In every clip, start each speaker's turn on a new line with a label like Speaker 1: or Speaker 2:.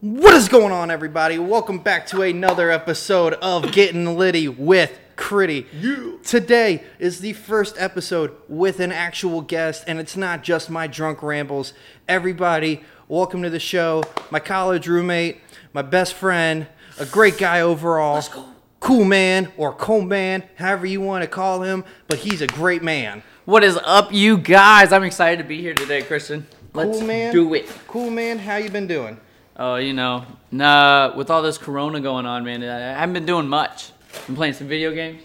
Speaker 1: What is going on, everybody? Welcome back to another episode of Getting Litty with Critty. Today is the first episode with an actual guest, and it's not just my drunk rambles. Everybody, welcome to the show. My college roommate, my best friend, a great guy overall. Cool man or cool man, however you want to call him, but he's a great man.
Speaker 2: What is up, you guys? I'm excited to be here today, Christian. Let's
Speaker 1: cool man.
Speaker 2: do it.
Speaker 1: Cool man, how you been doing?
Speaker 2: Oh, you know, nah, with all this Corona going on, man, I I haven't been doing much. Been playing some video games.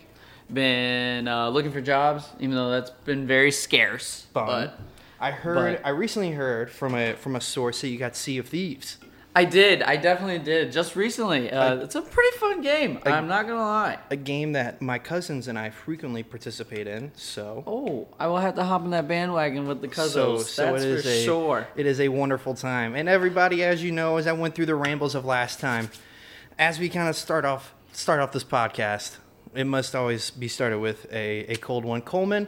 Speaker 2: Been uh, looking for jobs, even though that's been very scarce.
Speaker 1: bum.
Speaker 2: But
Speaker 1: I heard.
Speaker 2: but-
Speaker 1: I recently heard from a from a source that you got Sea of Thieves.
Speaker 2: I did. I definitely did. Just recently. Uh, it's a pretty fun game. I, am not gonna lie.
Speaker 1: A game that my cousins and I frequently participate in. So,
Speaker 2: Oh, I will have to hop in that bandwagon with the cousins.
Speaker 1: so,
Speaker 2: that's
Speaker 1: so it is
Speaker 2: for
Speaker 1: a
Speaker 2: sure.
Speaker 1: it is a wonderful time. And everybody, as you know, as I went through the rambles of last time, as we kind of start off start off this podcast, it must always be started with a a cold one. Coleman,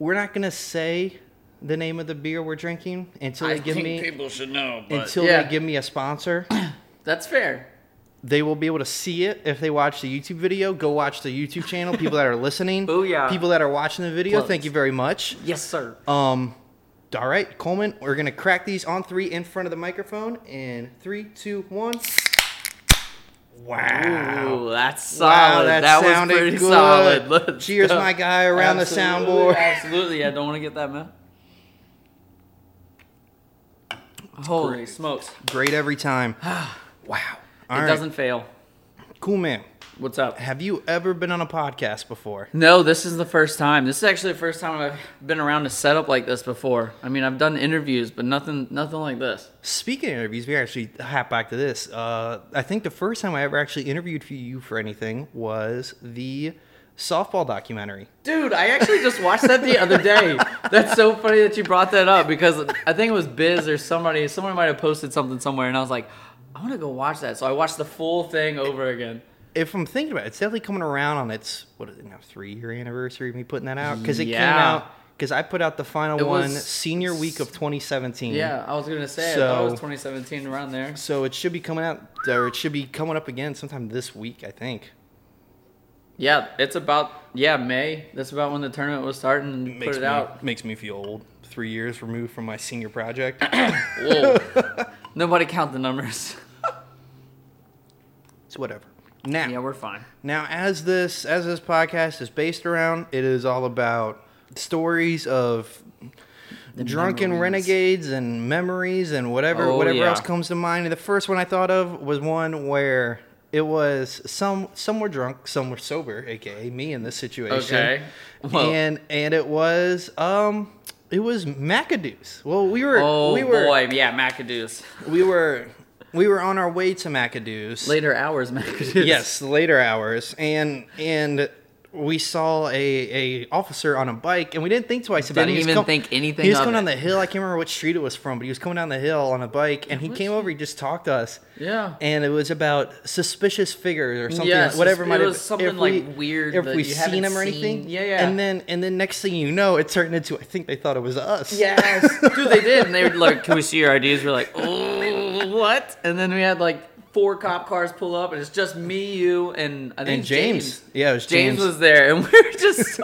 Speaker 1: we're not gonna say the name of the beer we're drinking until they give me
Speaker 3: people should know,
Speaker 1: until
Speaker 2: Yeah.
Speaker 1: they give me a sponsor.
Speaker 2: That's fair.
Speaker 1: they will be able to see it if they watch the YouTube video. Go watch the YouTube channel. People that are listening,
Speaker 2: Booyah.
Speaker 1: People that are watching the video,
Speaker 2: Plugs.
Speaker 1: thank you very much.
Speaker 2: Yes, sir.
Speaker 1: Um, all right, Coleman, we're gonna crack these on three in front of the microphone in three, two, one. Wow.
Speaker 2: Ooh, that's solid.
Speaker 1: Wow, that,
Speaker 2: that
Speaker 1: sounded
Speaker 2: was pretty
Speaker 1: good.
Speaker 2: solid. Let's
Speaker 1: Cheers,
Speaker 2: go.
Speaker 1: my guy, around the
Speaker 2: Absolutely,
Speaker 1: soundboard.
Speaker 2: Absolutely, I don't want to get that man. Holy smokes!
Speaker 1: Great every time. wow. All
Speaker 2: it
Speaker 1: right.
Speaker 2: doesn't fail.
Speaker 1: Cool, man.
Speaker 2: What's up?
Speaker 1: Have you ever been on a podcast before?
Speaker 2: No, this is the first time. This is actually the first time I've been around a setup like this before. I mean, I've done interviews, but nothing, nothing like this.
Speaker 1: Speaking of interviews, we actually hop back to this. Uh, I think the first time I ever actually interviewed for you for anything was the softball documentary.
Speaker 2: Dude, I actually just watched that the other day. That's so funny that you brought that up because I think it was Biz or somebody. Someone might have posted something somewhere, and I was like, I want to go watch that. So I watched the full thing over again.
Speaker 1: If I'm thinking about it, it's definitely coming around on its what is it now three year anniversary of me putting that out because it came
Speaker 2: Yeah.
Speaker 1: out because I put out the final
Speaker 2: It
Speaker 1: one
Speaker 2: was-
Speaker 1: senior week of 2017.
Speaker 2: Yeah, I was gonna say I thought it was
Speaker 1: So-
Speaker 2: 2017 around there.
Speaker 1: So it should be coming out, or it should be coming up again sometime this week, I think.
Speaker 2: Yeah, it's about yeah May. That's about when the tournament was starting. And put it
Speaker 1: me,
Speaker 2: out.
Speaker 1: Makes me feel old. Three years removed from my senior project.
Speaker 2: Whoa. Nobody count the numbers.
Speaker 1: it's whatever. Now.
Speaker 2: Yeah, we're fine.
Speaker 1: Now, as this as this podcast is based around, it is all about stories of drunken
Speaker 2: memories.
Speaker 1: renegades and memories and whatever
Speaker 2: Oh,
Speaker 1: whatever
Speaker 2: yeah.
Speaker 1: else comes to mind. And the first one I thought of was one where it was some some were drunk, some were sober, aka me in this situation.
Speaker 2: Okay. Well-
Speaker 1: and and it was um it was McAdoo's. Well, we were
Speaker 2: Oh
Speaker 1: we were
Speaker 2: boy, yeah, McAdoo's.
Speaker 1: we were we were on our way to McAdoo's
Speaker 2: Later hours, McAdoo's.
Speaker 1: yes the later hours and and we saw a, a officer on a bike and we didn't think twice about
Speaker 2: Didn't
Speaker 1: it He was
Speaker 2: even think anything
Speaker 1: he was
Speaker 2: of
Speaker 1: coming
Speaker 2: it.
Speaker 1: down the hill i can't remember what street it was from but he was coming down the hill on a bike and he came over he just talked to us
Speaker 2: Yeah.
Speaker 1: and it was about suspicious figures or something
Speaker 2: Yeah,
Speaker 1: like- whatever
Speaker 2: susp-
Speaker 1: might
Speaker 2: it
Speaker 1: have
Speaker 2: was something
Speaker 1: if we-
Speaker 2: like weird
Speaker 1: if
Speaker 2: that
Speaker 1: we
Speaker 2: you
Speaker 1: seen
Speaker 2: haven't
Speaker 1: him or
Speaker 2: seen.
Speaker 1: anything
Speaker 2: Yeah, yeah.
Speaker 1: and then and then next thing you know it turned into i think they thought it was us
Speaker 2: Yes, dude, they did, and they were like, "Can we see your IDs?" We're like, "Oh, what?" And then we had like four cop cars pull up, and it's just me, you, and I think
Speaker 1: and james. yeah it was
Speaker 2: James
Speaker 1: james,
Speaker 2: was there, and we were just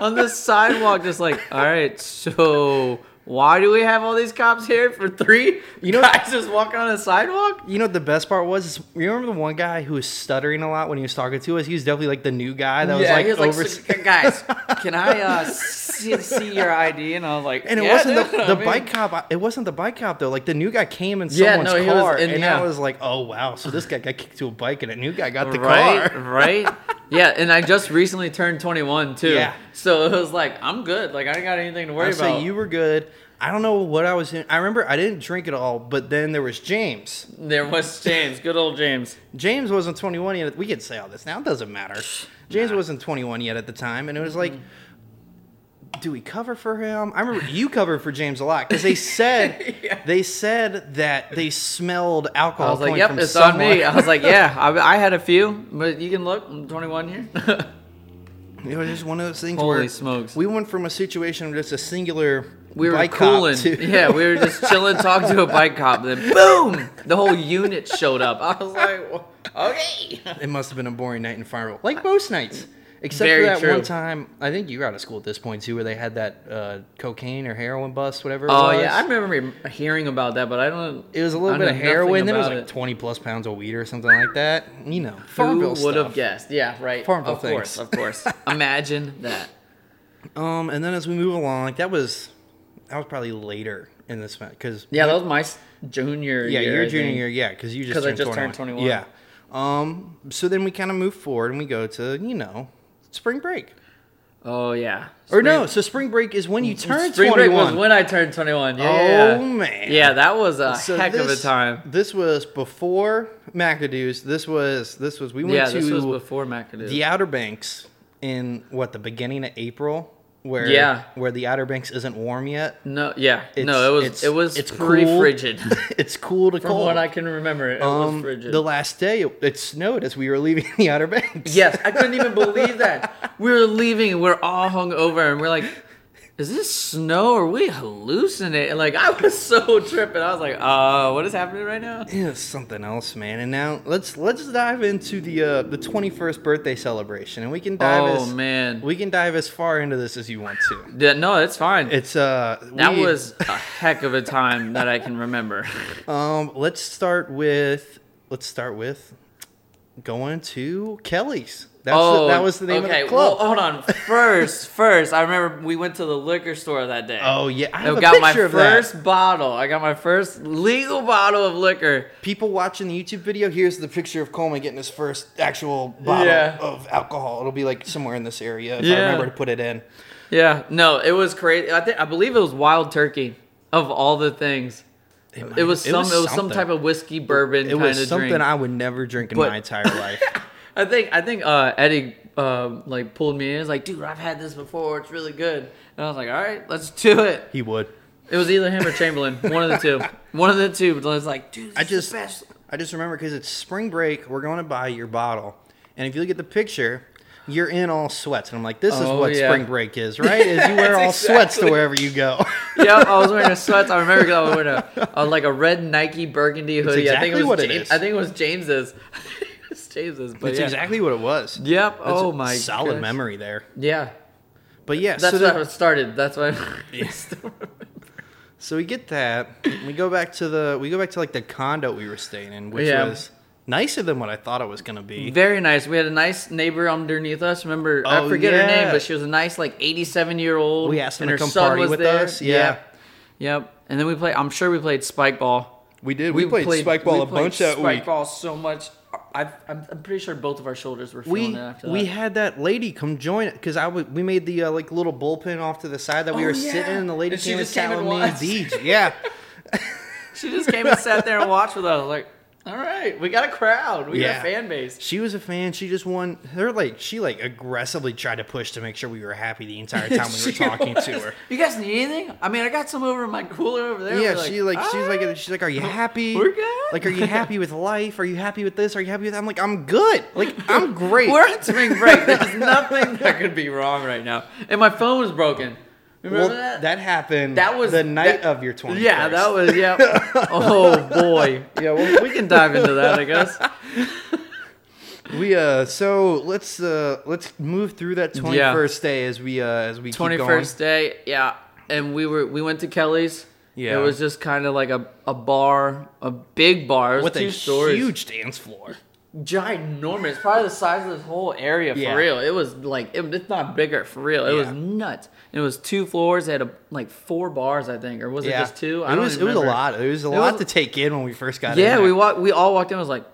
Speaker 2: on the sidewalk, just like, all right, so why do we have all these cops here for three? You know, guys just walking on the sidewalk.
Speaker 1: You know what the best part was? Is you remember the one guy who was stuttering a lot when he was talking to us? He was definitely like the new guy that was like
Speaker 2: he was
Speaker 1: over.
Speaker 2: "So, gu- guys, can I uh, see, see your ID? And I was like,
Speaker 1: and it
Speaker 2: "Yeah,
Speaker 1: wasn't
Speaker 2: dude, I
Speaker 1: the, the
Speaker 2: mean,
Speaker 1: bike cop. It wasn't the bike cop though. Like the new guy came in
Speaker 2: Yeah,
Speaker 1: someone's
Speaker 2: no, he was
Speaker 1: car,
Speaker 2: in-
Speaker 1: and I
Speaker 2: yeah.
Speaker 1: was like, oh wow. So this guy got kicked to a bike, and a new guy got the
Speaker 2: right,
Speaker 1: car.
Speaker 2: right. Yeah, and I just recently turned 21 too.
Speaker 1: Yeah.
Speaker 2: So it was like, I'm good. Like I ain't got anything to worry
Speaker 1: I
Speaker 2: about.
Speaker 1: say you were good. I don't know what I was in. I remember I didn't drink at all, but then there was James.
Speaker 2: there was James, good old James.
Speaker 1: James wasn't 21 yet. We can say all this now. It doesn't matter. James wasn't 21 yet at the time, and it was like, do we cover for him? I remember you covered for James a lot because they said they said that they smelled alcohol.
Speaker 2: I was like,
Speaker 1: coming
Speaker 2: yep,
Speaker 1: from
Speaker 2: it's on
Speaker 1: someone.
Speaker 2: me. I was like, yeah, I, I had a few, but you can look. I'm 21 here.
Speaker 1: It was just one of those things
Speaker 2: Holy
Speaker 1: where
Speaker 2: smokes.
Speaker 1: we went from a situation of just a singular
Speaker 2: We were
Speaker 1: bike cop
Speaker 2: cooling.
Speaker 1: to-
Speaker 2: Yeah, we were just chilling, talking to a bike cop. Then boom, the whole unit showed up. I was like, "Wha- okay.
Speaker 1: It must have been a boring night in Farmville, like most nights. Except
Speaker 2: Very
Speaker 1: for that
Speaker 2: true.
Speaker 1: one time, I think you were out of school at this point too, where they had that uh, cocaine or heroin bust, whatever. It
Speaker 2: Oh
Speaker 1: was.
Speaker 2: yeah, I remember hearing about that, but I don't.
Speaker 1: It was a little
Speaker 2: I
Speaker 1: bit
Speaker 2: know
Speaker 1: of heroin,
Speaker 2: nothing
Speaker 1: then it was
Speaker 2: about
Speaker 1: like twenty plus pounds of weed or something like that. You know, Farmville
Speaker 2: Who would have
Speaker 1: stuff.
Speaker 2: guessed? Yeah, right.
Speaker 1: Farmville
Speaker 2: of course,
Speaker 1: things.
Speaker 2: of course. Imagine that.
Speaker 1: Um, and then as we move along, like that was, that was probably later in this because
Speaker 2: Yeah, that was my s- junior
Speaker 1: yeah,
Speaker 2: year.
Speaker 1: your
Speaker 2: I
Speaker 1: junior
Speaker 2: think.
Speaker 1: year, yeah, because you just
Speaker 2: 'Cause I
Speaker 1: turned
Speaker 2: just
Speaker 1: 21.
Speaker 2: turned 21.
Speaker 1: Yeah. Um. So then we kind of move forward and we go to you know spring break
Speaker 2: Oh yeah.
Speaker 1: or no, so spring break is when you turn
Speaker 2: Mm, Spring break
Speaker 1: 21.
Speaker 2: was when I turned 21. Yeah.
Speaker 1: Oh, man.
Speaker 2: Yeah, that was a
Speaker 1: So
Speaker 2: heck of a
Speaker 1: this-
Speaker 2: time.
Speaker 1: This was before McAdoo's. This was this was we went
Speaker 2: Yeah,
Speaker 1: to
Speaker 2: this was before McAdoo.
Speaker 1: the Outer Banks in what the beginning of April, where
Speaker 2: Yeah.
Speaker 1: where the Outer Banks isn't warm yet.
Speaker 2: No, yeah,
Speaker 1: It's-
Speaker 2: no, it was
Speaker 1: it's-
Speaker 2: it was
Speaker 1: it's
Speaker 2: pretty
Speaker 1: cool.
Speaker 2: frigid.
Speaker 1: it's cool to
Speaker 2: From
Speaker 1: cold.
Speaker 2: what I can remember, it was
Speaker 1: um,
Speaker 2: frigid.
Speaker 1: the last day it, it snowed as we were leaving the Outer Banks.
Speaker 2: yes, I couldn't even believe that we were leaving. and We're all hung over, and we're like, "Is this snow? Are we hallucinating?" And, Like I was so tripping. I was like, "Uh, what is happening right now?"
Speaker 1: Yeah, something else, man. And now let's let's dive into the uh, the 21st birthday celebration, and we can dive
Speaker 2: Oh,
Speaker 1: as
Speaker 2: man.
Speaker 1: we can dive as far into this as you want to.
Speaker 2: Yeah, no, it's fine.
Speaker 1: It's uh
Speaker 2: that
Speaker 1: we-
Speaker 2: was a heck of a time that I can remember.
Speaker 1: Um, let's start with let's start with going to Kelly's. That's the, that was the name
Speaker 2: Oh, okay,
Speaker 1: of the club.
Speaker 2: Well, oh. hold on. First, first, I remember we went to the liquor store that day.
Speaker 1: oh yeah, I have
Speaker 2: I
Speaker 1: a
Speaker 2: got my
Speaker 1: picture of
Speaker 2: first
Speaker 1: that.
Speaker 2: bottle. I got my first legal bottle of liquor.
Speaker 1: People watching the YouTube video, here's the picture of Coleman getting his first actual bottle
Speaker 2: Yeah.
Speaker 1: of alcohol. It'll be like somewhere in this area if I
Speaker 2: Yeah.
Speaker 1: remember to put it in.
Speaker 2: Yeah, no, it was crazy. I think I believe it was Wild Turkey of all the things. It,
Speaker 1: might-
Speaker 2: was
Speaker 1: it
Speaker 2: some.
Speaker 1: was
Speaker 2: it was some
Speaker 1: something.
Speaker 2: type of whiskey bourbon
Speaker 1: It
Speaker 2: kind
Speaker 1: was
Speaker 2: of
Speaker 1: something
Speaker 2: drink. I,
Speaker 1: I would never drink in
Speaker 2: But-
Speaker 1: my entire life.
Speaker 2: think. I think uh, Eddie um like pulled me in. He's like, "Dude, I've had this before. It's really good." And I was like, "All right, let's do it."
Speaker 1: he would.
Speaker 2: It was either him or Chamberlain. One of the two. One of the two. But I was like, "Dude, this
Speaker 1: I
Speaker 2: is the
Speaker 1: just
Speaker 2: best."
Speaker 1: I just remember because it's spring break. We're going to buy your bottle, and if you look at the picture, you're in all sweats, and I'm like, this is
Speaker 2: Oh,
Speaker 1: what
Speaker 2: yeah.
Speaker 1: spring break is, right? Is you wear all sweats to wherever you go.
Speaker 2: yeah, I was wearing a sweats. I remember 'cause I was wearing a, a like a red Nike burgundy hoodie. I
Speaker 1: exactly
Speaker 2: think it was
Speaker 1: what it
Speaker 2: James,
Speaker 1: is.
Speaker 2: I think it was James's. it was James's, but
Speaker 1: That's
Speaker 2: yeah.
Speaker 1: exactly what it was.
Speaker 2: Yep.
Speaker 1: That's
Speaker 2: oh
Speaker 1: a
Speaker 2: my.
Speaker 1: solid
Speaker 2: gosh.
Speaker 1: memory there.
Speaker 2: Yeah.
Speaker 1: But yeah,
Speaker 2: That's
Speaker 1: so,
Speaker 2: how
Speaker 1: then-
Speaker 2: it started. That's why.
Speaker 1: so we get that. We go back to the we go back to like the condo we were staying in, which
Speaker 2: Yeah.
Speaker 1: was nicer than what I thought it was gonna be.
Speaker 2: Very nice. We had a nice neighbor underneath us. Remember, I
Speaker 1: Oh,
Speaker 2: forget her name,
Speaker 1: yeah.
Speaker 2: but she was a nice like 87 year old.
Speaker 1: We asked them
Speaker 2: and
Speaker 1: to
Speaker 2: her
Speaker 1: come
Speaker 2: son
Speaker 1: party
Speaker 2: was
Speaker 1: with
Speaker 2: there.
Speaker 1: us. Yeah.
Speaker 2: Yep. And then we played. I'm sure we played spike ball.
Speaker 1: We did. We, played, spike ball
Speaker 2: we
Speaker 1: a
Speaker 2: played
Speaker 1: bunch that
Speaker 2: spike
Speaker 1: week.
Speaker 2: ball so much. I, I'm, I'm pretty sure both of our shoulders were feeling
Speaker 1: we
Speaker 2: it after that.
Speaker 1: we had that lady come join it because I w- we made the uh, like little bullpen off to the side that we
Speaker 2: Oh,
Speaker 1: were
Speaker 2: yeah.
Speaker 1: sitting and the lady
Speaker 2: And she
Speaker 1: came and
Speaker 2: just
Speaker 1: sat
Speaker 2: came and
Speaker 1: with me and
Speaker 2: watched.
Speaker 1: Deej. Yeah,
Speaker 2: She just came and sat there and watched with us. Like, all right, we got a crowd. We got
Speaker 1: Yeah.
Speaker 2: a fan base.
Speaker 1: she was a fan. She just won. Her like she like aggressively tried to push to make sure we were happy the entire time we were
Speaker 2: She
Speaker 1: talking to
Speaker 2: was.
Speaker 1: her.
Speaker 2: You guys need anything? I mean, I got some over in my cooler over there.
Speaker 1: Yeah,
Speaker 2: We're
Speaker 1: she like she's
Speaker 2: "Ah."
Speaker 1: like she's like, are you happy?
Speaker 2: We're good.
Speaker 1: Like, are you happy with life? Are you happy with this? Are you happy with? That? I'm like, I'm good. Like, I'm great.
Speaker 2: We're on spring break. There's nothing that could be wrong right now. And my phone was broken. Remember
Speaker 1: well,
Speaker 2: that?
Speaker 1: that? happened.
Speaker 2: That was
Speaker 1: the night
Speaker 2: that-
Speaker 1: of your 20th.
Speaker 2: Yeah, that was yeah. oh boy. Yeah, well, we can dive into that, I guess.
Speaker 1: We uh so let's uh let's move through that 21st day as we uh as we
Speaker 2: Twenty
Speaker 1: keep going.
Speaker 2: first day, yeah. And we were we went to Kelly's.
Speaker 1: Yeah.
Speaker 2: It was just kind of like a, a bar, a big bar. It was
Speaker 1: with
Speaker 2: two
Speaker 1: a
Speaker 2: stories.
Speaker 1: huge dance floor.
Speaker 2: ginormous, probably the size of this whole area for
Speaker 1: Yeah.
Speaker 2: real. It was like it, it's not bigger for real. It was
Speaker 1: Yeah.
Speaker 2: nuts. It was two floors. They had a, like four bars, I think, or was it just two? I
Speaker 1: it
Speaker 2: don't
Speaker 1: was
Speaker 2: even
Speaker 1: it was a
Speaker 2: remember.
Speaker 1: lot. It was a lot to
Speaker 2: was-
Speaker 1: take in when we first got in.
Speaker 2: Yeah, we
Speaker 1: there.
Speaker 2: walked. We all walked in. I was like,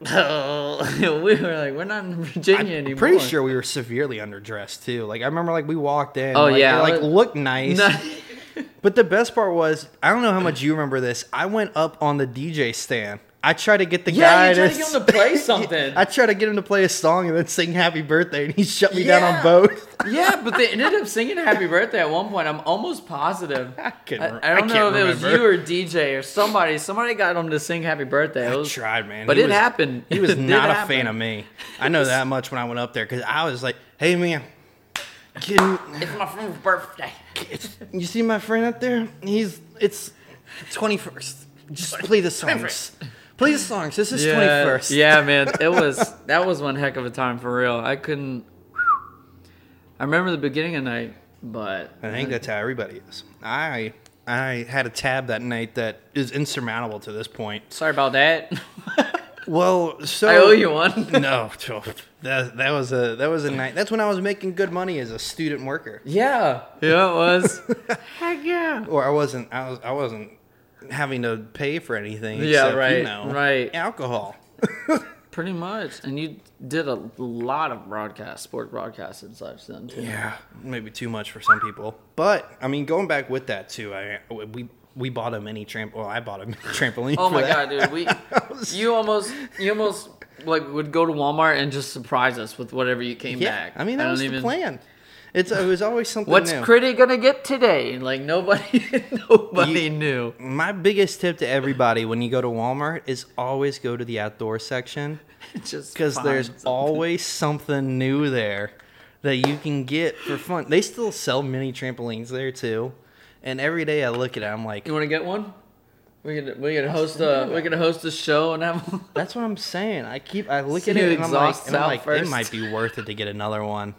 Speaker 2: we were like, we're not in Virginia
Speaker 1: I'm
Speaker 2: anymore.
Speaker 1: pretty sure we were severely underdressed too. Like I remember, like we walked in.
Speaker 2: Oh,
Speaker 1: like,
Speaker 2: yeah.
Speaker 1: it, like looked nice.
Speaker 2: No.
Speaker 1: But the best part was, I don't know how much you remember this. I went up on the DJ stand. I tried to get the guy.
Speaker 2: yeah, you tried to get
Speaker 1: s-
Speaker 2: them to play something.
Speaker 1: I tried to get him to play a song and then sing Happy Birthday, and he shut me down
Speaker 2: Yeah.
Speaker 1: on both.
Speaker 2: yeah, but they ended up singing "Happy Birthday" at one point. I'm almost positive. I,
Speaker 1: couldn't rem-
Speaker 2: I
Speaker 1: I
Speaker 2: don't know if
Speaker 1: can't
Speaker 2: it was you
Speaker 1: remember.
Speaker 2: or DJ or somebody. Somebody got them to sing "Happy Birthday." It
Speaker 1: I
Speaker 2: was-
Speaker 1: tried, man.
Speaker 2: but
Speaker 1: He
Speaker 2: it
Speaker 1: was-
Speaker 2: happened.
Speaker 1: He was
Speaker 2: It did
Speaker 1: not a
Speaker 2: happen.
Speaker 1: fan of me. I know that much when I went up there because I was like, "Hey, man, Getting,
Speaker 2: It's my friend's birthday.
Speaker 1: it's, you see my friend up there? He's it's 21st. Just play the songs. Play the songs. This is 21st.
Speaker 2: yeah, man. It was that was one heck of a time for real. I couldn't. I remember the beginning of night, but
Speaker 1: I think that's how everybody is. I I had a tab that night that is insurmountable to this point.
Speaker 2: sorry about that.
Speaker 1: Well, so
Speaker 2: I owe you one.
Speaker 1: no, that, that was a that was a night. That's when I was making good money as a student worker,
Speaker 2: yeah, yeah, it was. Heck yeah.
Speaker 1: or I wasn't. I was I wasn't having to pay for anything.
Speaker 2: Yeah,
Speaker 1: except, You
Speaker 2: right,
Speaker 1: know,
Speaker 2: right.
Speaker 1: Alcohol.
Speaker 2: Pretty much, and you did a lot of broadcasts, sport broadcasts and such. Then too.
Speaker 1: Yeah, maybe too much for some people. But I mean, going back with that too, I we we bought a mini tramp. Well, I bought a mini trampoline.
Speaker 2: Oh
Speaker 1: for
Speaker 2: my
Speaker 1: that.
Speaker 2: god, dude! We, you almost, you almost like would go to Walmart and just surprise us with whatever you came
Speaker 1: Yeah,
Speaker 2: back.
Speaker 1: I mean that
Speaker 2: don't
Speaker 1: was the
Speaker 2: even-
Speaker 1: plan. It's it was always something
Speaker 2: What's
Speaker 1: new.
Speaker 2: Critty gonna get today? Like nobody, nobody
Speaker 1: You-
Speaker 2: knew.
Speaker 1: my biggest tip to everybody when you go to Walmart is always go to the outdoor section
Speaker 2: Just
Speaker 1: because there's
Speaker 2: find something.
Speaker 1: always something new there that you can get for fun. They still sell mini trampolines there too. And every day I look at it, I'm like,
Speaker 2: You want to get one? We could we could host a we could host a show and have. one.
Speaker 1: that's what I'm saying. I keep I look
Speaker 2: See
Speaker 1: at it
Speaker 2: who
Speaker 1: and I'm like,
Speaker 2: exhausts
Speaker 1: and I'm
Speaker 2: out
Speaker 1: like it
Speaker 2: first.
Speaker 1: might be worth it to get another one.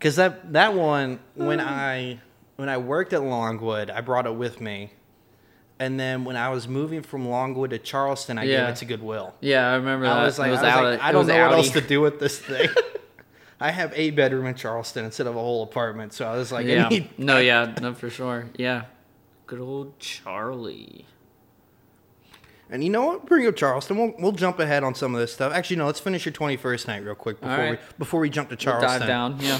Speaker 1: Cause that that one when
Speaker 2: Hmm.
Speaker 1: I when I worked at Longwood, I brought it with me. And then when I was moving from Longwood to Charleston, I
Speaker 2: Yeah.
Speaker 1: gave it to Goodwill.
Speaker 2: Yeah, I remember that.
Speaker 1: I was like,
Speaker 2: Uh, it was
Speaker 1: I, was
Speaker 2: out.
Speaker 1: like,
Speaker 2: it
Speaker 1: I don't
Speaker 2: was
Speaker 1: know what
Speaker 2: outy.
Speaker 1: else to do with this thing. I have a bedroom in Charleston instead of a whole apartment, so I was like, I
Speaker 2: Yeah.
Speaker 1: need.
Speaker 2: No. Yeah. No. For sure. Yeah. Good old Charlie.
Speaker 1: And you know what? Bring up Charleston. We'll we'll jump ahead on some of this stuff. Actually, no. Let's finish your twenty first night real quick before
Speaker 2: right.
Speaker 1: we before we jump to
Speaker 2: We'll
Speaker 1: Charleston.
Speaker 2: Dive down. Yeah.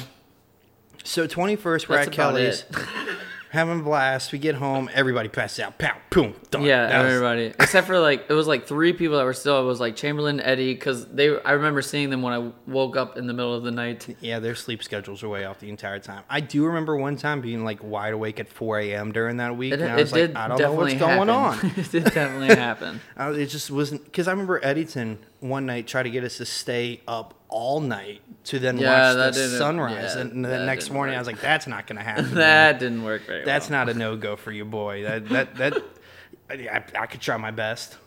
Speaker 1: So twenty first, we're
Speaker 2: That's
Speaker 1: at
Speaker 2: about
Speaker 1: Kelly's,
Speaker 2: it.
Speaker 1: having a blast. We get home, everybody passes out. Pow, boom, done.
Speaker 2: Yeah,
Speaker 1: That was-
Speaker 2: everybody except for like it was like three people that were still. It was like Chamberlain, Eddie, because they. I remember seeing them when I woke up in the middle of the night.
Speaker 1: Yeah, their sleep schedules are way off the entire time. I do remember one time being like wide awake at 4 a.m. during that week,
Speaker 2: It,
Speaker 1: and I
Speaker 2: it
Speaker 1: was
Speaker 2: did
Speaker 1: like, I don't know
Speaker 2: definitely
Speaker 1: what's going on.
Speaker 2: happen. it did definitely happen.
Speaker 1: I, it just wasn't because I remember Eddington one night tried to get us to stay up all night to then
Speaker 2: Yeah,
Speaker 1: watch
Speaker 2: that
Speaker 1: the
Speaker 2: didn't-
Speaker 1: sunrise,
Speaker 2: yeah,
Speaker 1: and the
Speaker 2: that
Speaker 1: next
Speaker 2: didn't
Speaker 1: morning I
Speaker 2: work.
Speaker 1: was like, "That's not gonna happen.
Speaker 2: That didn't work very
Speaker 1: That's
Speaker 2: well.
Speaker 1: not a no go for you, boy. That that that I, I, I could try my best.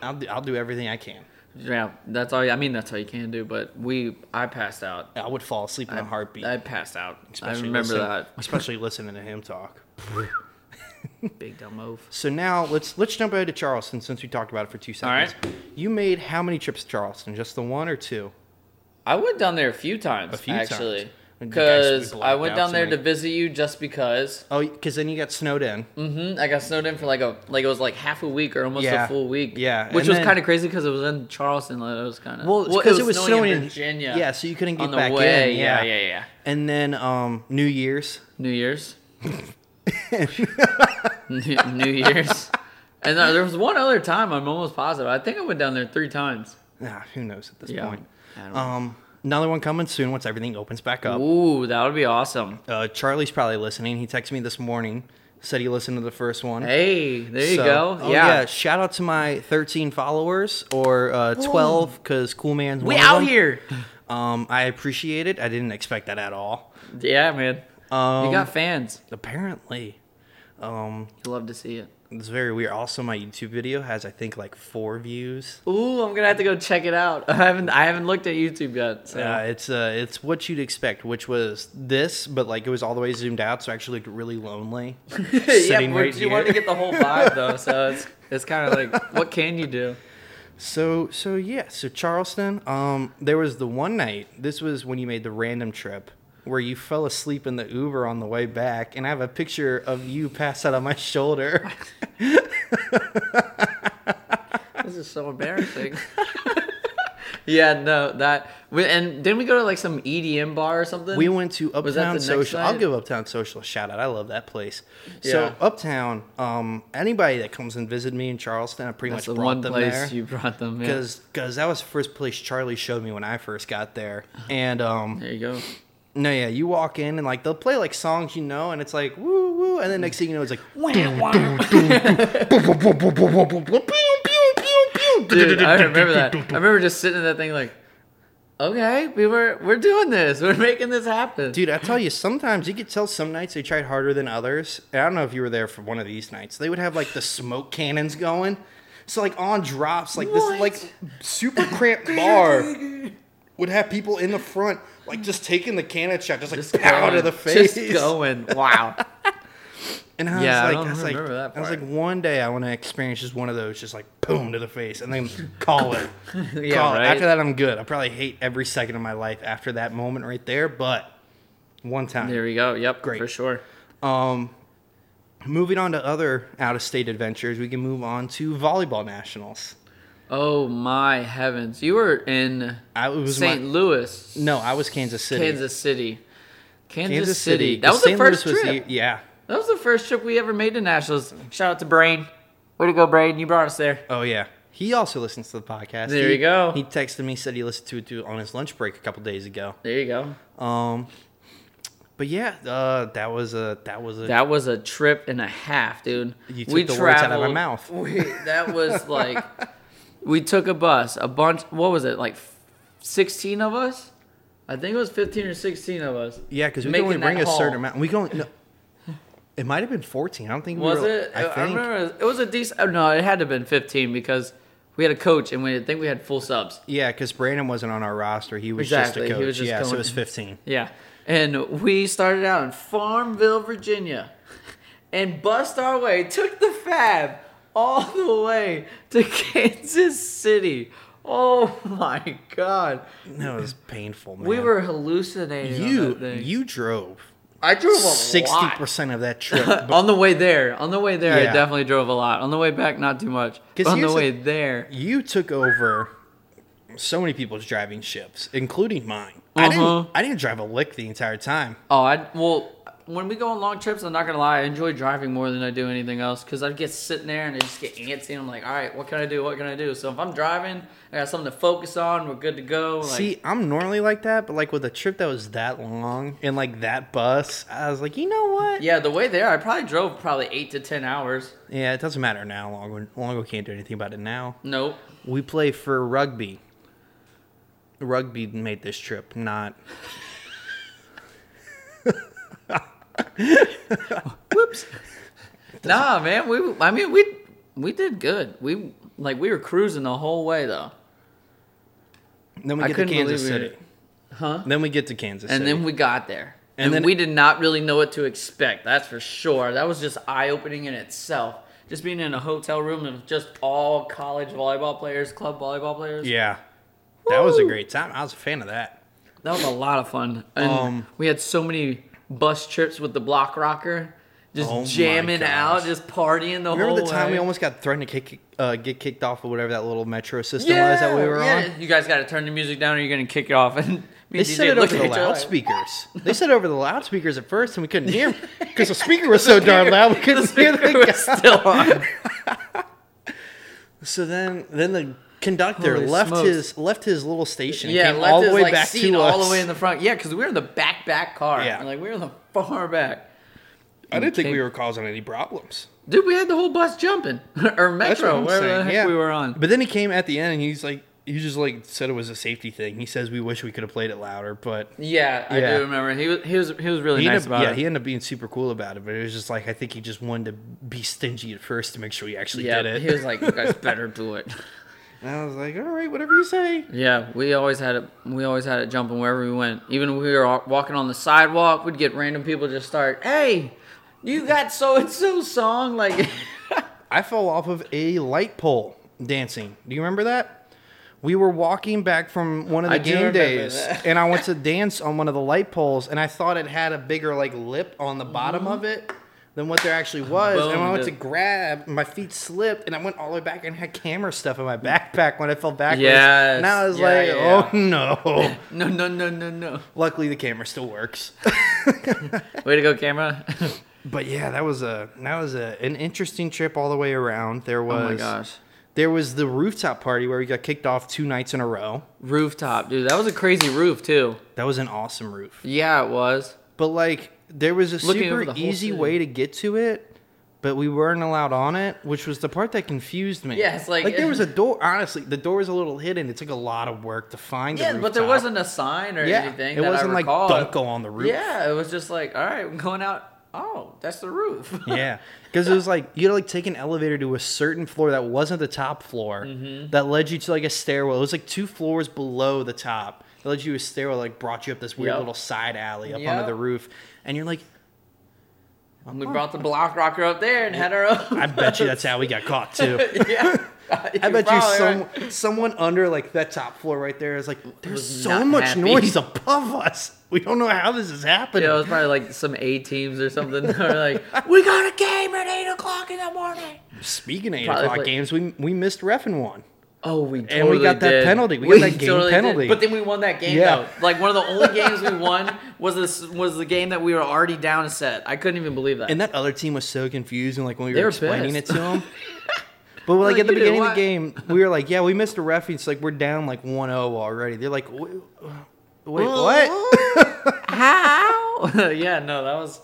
Speaker 1: I'll do, I'll do everything I can.
Speaker 2: That's not. Yeah, that's all. I mean, that's all you can do. But we, I passed out.
Speaker 1: I would fall asleep in a heartbeat.
Speaker 2: I passed out. I
Speaker 1: especially
Speaker 2: remember
Speaker 1: listening-
Speaker 2: that.
Speaker 1: especially listening to him talk.
Speaker 2: Big dumb oaf.
Speaker 1: So now let's let's jump ahead to Charleston since we talked about it for two
Speaker 2: right.
Speaker 1: seconds. You made how many trips to Charleston? Just the one or two?
Speaker 2: I went down there a few times,
Speaker 1: A few times.
Speaker 2: actually,
Speaker 1: And you guys
Speaker 2: because
Speaker 1: blacked
Speaker 2: I went
Speaker 1: out
Speaker 2: down there to
Speaker 1: tonight.
Speaker 2: visit you just because.
Speaker 1: Oh, because then you got snowed in.
Speaker 2: hmm I got snowed in for like a like it was like half a week or almost
Speaker 1: Yeah.
Speaker 2: a full week.
Speaker 1: Yeah,
Speaker 2: which
Speaker 1: and
Speaker 2: was
Speaker 1: then-
Speaker 2: kind of crazy because it was in Charleston. Like, it was kind of
Speaker 1: Well, because it was snowing, in
Speaker 2: Virginia.
Speaker 1: Yeah, so you couldn't get
Speaker 2: on the
Speaker 1: back
Speaker 2: way.
Speaker 1: in.
Speaker 2: Yeah. yeah, yeah, yeah.
Speaker 1: And then um, New Year's.
Speaker 2: New Year's. New, New Year's. And there there was one other time I'm almost positive. I think I went down there three times.
Speaker 1: Ah, who knows at this
Speaker 2: Yeah.
Speaker 1: point?
Speaker 2: I don't know.
Speaker 1: Um, another one coming soon once everything opens back up.
Speaker 2: Ooh, that would be awesome.
Speaker 1: Uh, Charlie's probably listening. He texted me this morning, said he listened to the first one.
Speaker 2: Hey, there you
Speaker 1: So-
Speaker 2: go.
Speaker 1: oh,
Speaker 2: yeah.
Speaker 1: Shout out to my 13 followers or uh, 12 because Cool Man's
Speaker 2: We
Speaker 1: one of
Speaker 2: out
Speaker 1: them.
Speaker 2: here.
Speaker 1: Um, I appreciate it. I didn't expect that at all.
Speaker 2: Yeah, man.
Speaker 1: Um,
Speaker 2: you got fans.
Speaker 1: apparently. Um,
Speaker 2: You love to see it.
Speaker 1: it's very weird. Also, my YouTube video has I think like four views.
Speaker 2: Ooh, I'm gonna have to go check it out. I haven't I haven't looked at YouTube yet. So.
Speaker 1: Yeah, it's uh, it's what you'd expect, which was this, but like it was all the way zoomed out, so I actually looked really lonely. sitting
Speaker 2: but
Speaker 1: right
Speaker 2: you wanted to
Speaker 1: here.
Speaker 2: get the whole vibe though, so it's it's kind of like what can you do?
Speaker 1: So so yeah, so Charleston. Um, there was the one night. This was when you made the random trip where you fell asleep in the Uber on the way back, and I have a picture of you passed out on my shoulder.
Speaker 2: This is so embarrassing. yeah, no, that we, and didn't we go to like some EDM bar or something?
Speaker 1: We went to
Speaker 2: Was that the
Speaker 1: Uptown
Speaker 2: next
Speaker 1: Social. I'll
Speaker 2: night?
Speaker 1: give Uptown Social a shout out. I love that place. So
Speaker 2: Yeah.
Speaker 1: Uptown, um, anybody that comes and visit me in Charleston, I pretty
Speaker 2: That's
Speaker 1: much
Speaker 2: the
Speaker 1: brought
Speaker 2: one
Speaker 1: them
Speaker 2: place
Speaker 1: there.
Speaker 2: you brought them. Yeah.
Speaker 1: Because that was the first place Charlie showed me when I first got there. And um,
Speaker 2: There you go.
Speaker 1: no, yeah, you walk in and like they'll play like songs you know, and it's like woo woo, and then next thing you know, it's like wah, wah, doo, doo, doo, boom, boom, boom, boom, boom, boom, boom, pew, pew, pew, pew,
Speaker 2: Dude, I remember that. I remember just sitting in that thing like, okay, we were we're doing this. We're making this happen.
Speaker 1: Dude, I tell you, sometimes you could tell some nights they tried harder than others. And I don't know if you were there for one of these nights. They would have like the smoke cannons going. So like on drops, like
Speaker 2: What?
Speaker 1: this like super cramped bar would have people in the front like just taking the cannon shot, just like
Speaker 2: Just
Speaker 1: pow to
Speaker 2: going,
Speaker 1: the face.
Speaker 2: Just going. Wow.
Speaker 1: And I
Speaker 2: Yeah, I
Speaker 1: was like,
Speaker 2: don't
Speaker 1: I, was like,
Speaker 2: remember that
Speaker 1: I was
Speaker 2: part.
Speaker 1: like, one day I want to experience just one of those, just like boom to the face, and then call it.
Speaker 2: Yeah,
Speaker 1: Call it.
Speaker 2: right?
Speaker 1: After that, I'm good. I probably hate every second of my life after that moment right there, but one time.
Speaker 2: There we go. Yep.
Speaker 1: Great.
Speaker 2: For sure.
Speaker 1: Moving on to other out of state adventures, we can move on to volleyball nationals.
Speaker 2: Oh my heavens! You were in
Speaker 1: I was my-
Speaker 2: St. Louis,
Speaker 1: No, I was Kansas City.
Speaker 2: Kansas City. Kansas,
Speaker 1: Kansas
Speaker 2: City.
Speaker 1: City.
Speaker 2: That was the
Speaker 1: St. Louis
Speaker 2: first
Speaker 1: was the-
Speaker 2: trip.
Speaker 1: yeah.
Speaker 2: That was the first trip we ever made to Nationals. Shout out to Brain. Way to go, Brain. You brought us there.
Speaker 1: Oh yeah. He also listens to the podcast.
Speaker 2: There
Speaker 1: He-
Speaker 2: you go.
Speaker 1: He texted me, said he listened to it too on his lunch break a couple days ago.
Speaker 2: There you go.
Speaker 1: Um, but yeah, uh, that was a that was a
Speaker 2: That was a trip and a half, dude.
Speaker 1: You took the words out of my mouth.
Speaker 2: We, that was like, we took a bus, a bunch. What was it? Like, sixteen of us. I think it was fifteen or sixteen of us.
Speaker 1: yeah because we can
Speaker 2: Making
Speaker 1: only bring
Speaker 2: that
Speaker 1: a certain
Speaker 2: haul.
Speaker 1: amount. We can only no, it might have been fourteen. I don't think we
Speaker 2: Was
Speaker 1: were,
Speaker 2: it?
Speaker 1: I think
Speaker 2: remember it was, it was a decent. oh, No, it had to have been 15 because we had a coach and we I think we had full subs.
Speaker 1: yeah because Brandon wasn't on our roster. He was
Speaker 2: Exactly,
Speaker 1: just
Speaker 2: he
Speaker 1: a coach.
Speaker 2: was just
Speaker 1: yeah, so
Speaker 2: going-
Speaker 1: it was fifteen.
Speaker 2: Yeah, and we started out in Farmville, Virginia, and bust our way, took the fab all the way to Kansas City. Oh my God,
Speaker 1: That was painful. Man.
Speaker 2: we were hallucinating. on
Speaker 1: you
Speaker 2: that thing.
Speaker 1: you drove
Speaker 2: I drove a
Speaker 1: sixty
Speaker 2: lot.
Speaker 1: percent of that trip. but
Speaker 2: On the way there, on the way there,
Speaker 1: Yeah.
Speaker 2: I definitely drove a lot. On the way back, not too much.
Speaker 1: 'Cause
Speaker 2: But on the
Speaker 1: here's the-
Speaker 2: way there,
Speaker 1: you took over so many people's driving ships, including mine. I
Speaker 2: Uh-huh.
Speaker 1: didn't I didn't drive a lick the entire time.
Speaker 2: Oh, I well, when we go on long trips, I'm not gonna lie, I enjoy driving more than I do anything else because I get sitting there and I just get antsy. And I'm like, all right, what can I do? What can I do? So if I'm driving, I got something to focus on. We're good to go. Like,
Speaker 1: See, I'm normally like that, but like with a trip that was that long and like that bus, I was like, you know what? Yeah,
Speaker 2: yeah, the way there, I probably drove probably eight to ten hours.
Speaker 1: it doesn't matter now. Longo, Longo can't do anything about it now.
Speaker 2: Nope.
Speaker 1: We play for rugby. Rugby made this trip, not.
Speaker 2: Nah, man. We, I mean, we we did good. We like we were cruising the whole way though.
Speaker 1: Then we
Speaker 2: I
Speaker 1: get to
Speaker 2: couldn't
Speaker 1: Kansas
Speaker 2: believe we-
Speaker 1: City.
Speaker 2: Huh?
Speaker 1: Then we get to Kansas
Speaker 2: And
Speaker 1: City.
Speaker 2: then we got there.
Speaker 1: And
Speaker 2: And,
Speaker 1: then-
Speaker 2: we did not really know what to expect. That's for sure. That was just eye opening in itself. Just being in a hotel room of just all college volleyball players, club volleyball players.
Speaker 1: yeah, that was a
Speaker 2: Woo!
Speaker 1: great time. I was a fan of that.
Speaker 2: That was a lot of fun. And
Speaker 1: Um,
Speaker 2: we had so many bus trips with the block rocker, just
Speaker 1: Oh my
Speaker 2: jamming
Speaker 1: gosh.
Speaker 2: out, just partying the whole
Speaker 1: Remember the time
Speaker 2: way.
Speaker 1: we almost got threatened to kick, uh, get kicked off of whatever that little metro system
Speaker 2: yeah,
Speaker 1: was that we were
Speaker 2: yeah.
Speaker 1: on?
Speaker 2: You guys got to turn the music down or you're going to kick it off.
Speaker 1: They
Speaker 2: And me and
Speaker 1: said
Speaker 2: DJ
Speaker 1: it
Speaker 2: looked
Speaker 1: over the
Speaker 2: at each other like,
Speaker 1: loudspeakers. they said it over the loudspeakers at first, and we couldn't hear because the speaker was so darn loud we couldn't hear the
Speaker 2: "Speaker was
Speaker 1: guy.
Speaker 2: still on.
Speaker 1: So then, then the conductor
Speaker 2: Holy
Speaker 1: left
Speaker 2: smokes.
Speaker 1: his left his little station. and
Speaker 2: Yeah,
Speaker 1: came
Speaker 2: left
Speaker 1: all the
Speaker 2: his,
Speaker 1: way
Speaker 2: like,
Speaker 1: back
Speaker 2: seat
Speaker 1: to
Speaker 2: all
Speaker 1: us.
Speaker 2: the way in the front. Yeah, because we were in the back back car.
Speaker 1: Yeah.
Speaker 2: like we were in the far back.
Speaker 1: I didn't think
Speaker 2: came-
Speaker 1: we were causing any problems.
Speaker 2: Dude, we had the whole bus jumping or
Speaker 1: That's what
Speaker 2: metro,
Speaker 1: I'm
Speaker 2: wherever the
Speaker 1: saying.
Speaker 2: heck
Speaker 1: Yeah,
Speaker 2: we were on.
Speaker 1: But then he came at the end, and he's like, he just like said it was a safety thing. He says we wish we could have played it louder, but
Speaker 2: yeah, I
Speaker 1: Yeah.
Speaker 2: do remember. He was he was he was really
Speaker 1: he
Speaker 2: nice
Speaker 1: ended up,
Speaker 2: about
Speaker 1: yeah,
Speaker 2: it.
Speaker 1: he ended up being super cool about it. But it was just like I think he just wanted to be stingy at first to make sure he actually
Speaker 2: yeah,
Speaker 1: did it.
Speaker 2: he was like, "You guys better do it."
Speaker 1: and I was like, all right, whatever you say.
Speaker 2: Yeah, we always had it. We always had it jumping wherever we went. Even when we were wa- walking on the sidewalk, we'd get random people just start, "Hey, you got so and so song?" Like,
Speaker 1: I fell off of a light pole dancing. Do you remember that? We were walking back from one of the
Speaker 2: I do
Speaker 1: game
Speaker 2: remember
Speaker 1: days,
Speaker 2: that.
Speaker 1: and I went to dance on one of the light poles, and I thought it had a bigger like lip on the bottom of it than what there actually was. and when I
Speaker 2: Mm-hmm. Boned
Speaker 1: went
Speaker 2: it.
Speaker 1: to grab, my feet slipped, and I went all the way back and had camera stuff in my backpack when I fell backwards.
Speaker 2: Yes.
Speaker 1: and I was
Speaker 2: Yeah,
Speaker 1: like,
Speaker 2: yeah,
Speaker 1: oh no.
Speaker 2: no, no, no, no, no.
Speaker 1: Luckily, the camera still works.
Speaker 2: Way to go, camera.
Speaker 1: But yeah, that was a that was a, an interesting trip all the way around. There was
Speaker 2: oh my gosh.
Speaker 1: There was the rooftop party where we got kicked off two nights in a row.
Speaker 2: Rooftop, dude. That was a crazy roof too.
Speaker 1: That was an awesome roof.
Speaker 2: Yeah, it was.
Speaker 1: But like there was a
Speaker 2: Looking
Speaker 1: super
Speaker 2: over the whole
Speaker 1: easy
Speaker 2: city.
Speaker 1: way to get to it, but we weren't allowed on it, which was the part that confused me.
Speaker 2: Yeah, it's like-
Speaker 1: like there was a door. Honestly, the door was a little hidden. It took a lot of work to find.
Speaker 2: Yeah,
Speaker 1: the
Speaker 2: but there
Speaker 1: rooftop.
Speaker 2: wasn't a sign or
Speaker 1: Yeah,
Speaker 2: anything.
Speaker 1: it
Speaker 2: that I
Speaker 1: wasn't like
Speaker 2: recall.
Speaker 1: don't go on the roof.
Speaker 2: Yeah, it was just like, all right, I'm going out. Oh, that's the roof.
Speaker 1: yeah, because it was like you had to like take an elevator to a certain floor that wasn't the top floor
Speaker 2: Mm-hmm.
Speaker 1: that led you to like a stairwell. It was like two floors below the top that led you to a stairwell, like brought you up this weird
Speaker 2: Yep.
Speaker 1: little side alley up
Speaker 2: Yep.
Speaker 1: onto the roof, and you're like,
Speaker 2: and we brought the block rocker up there and had our own.
Speaker 1: I bet you that's how we got caught too.
Speaker 2: yeah.
Speaker 1: I bet you
Speaker 2: probably
Speaker 1: some
Speaker 2: right.
Speaker 1: someone under like that top floor right there is like, there's
Speaker 2: was
Speaker 1: so
Speaker 2: not
Speaker 1: much
Speaker 2: happy."
Speaker 1: noise above us. We don't know how this is happening.
Speaker 2: Yeah, it was probably like some A teams or something. that were like, we got a game at eight o'clock in the morning.
Speaker 1: Speaking of eight
Speaker 2: Probably
Speaker 1: o'clock
Speaker 2: play-
Speaker 1: games, we we missed refing one.
Speaker 2: Oh, we totally
Speaker 1: And we got that
Speaker 2: did.
Speaker 1: penalty. We got that game
Speaker 2: did.
Speaker 1: penalty.
Speaker 2: But then we won that game
Speaker 1: Yeah.
Speaker 2: though. Like one of the only games we won was this was the game that we were already down a set. I couldn't even believe that.
Speaker 1: And that other team was so confused, and like when we
Speaker 2: They
Speaker 1: were
Speaker 2: were
Speaker 1: explaining
Speaker 2: pissed.
Speaker 1: it to them. But like,
Speaker 2: Like,
Speaker 1: at the
Speaker 2: you did
Speaker 1: beginning of the
Speaker 2: what?
Speaker 1: game, we were like, "Yeah, we missed a ref. It's like we're down like 1-0 already." They're like, "Wait, wait what?"
Speaker 2: How? yeah, no, that was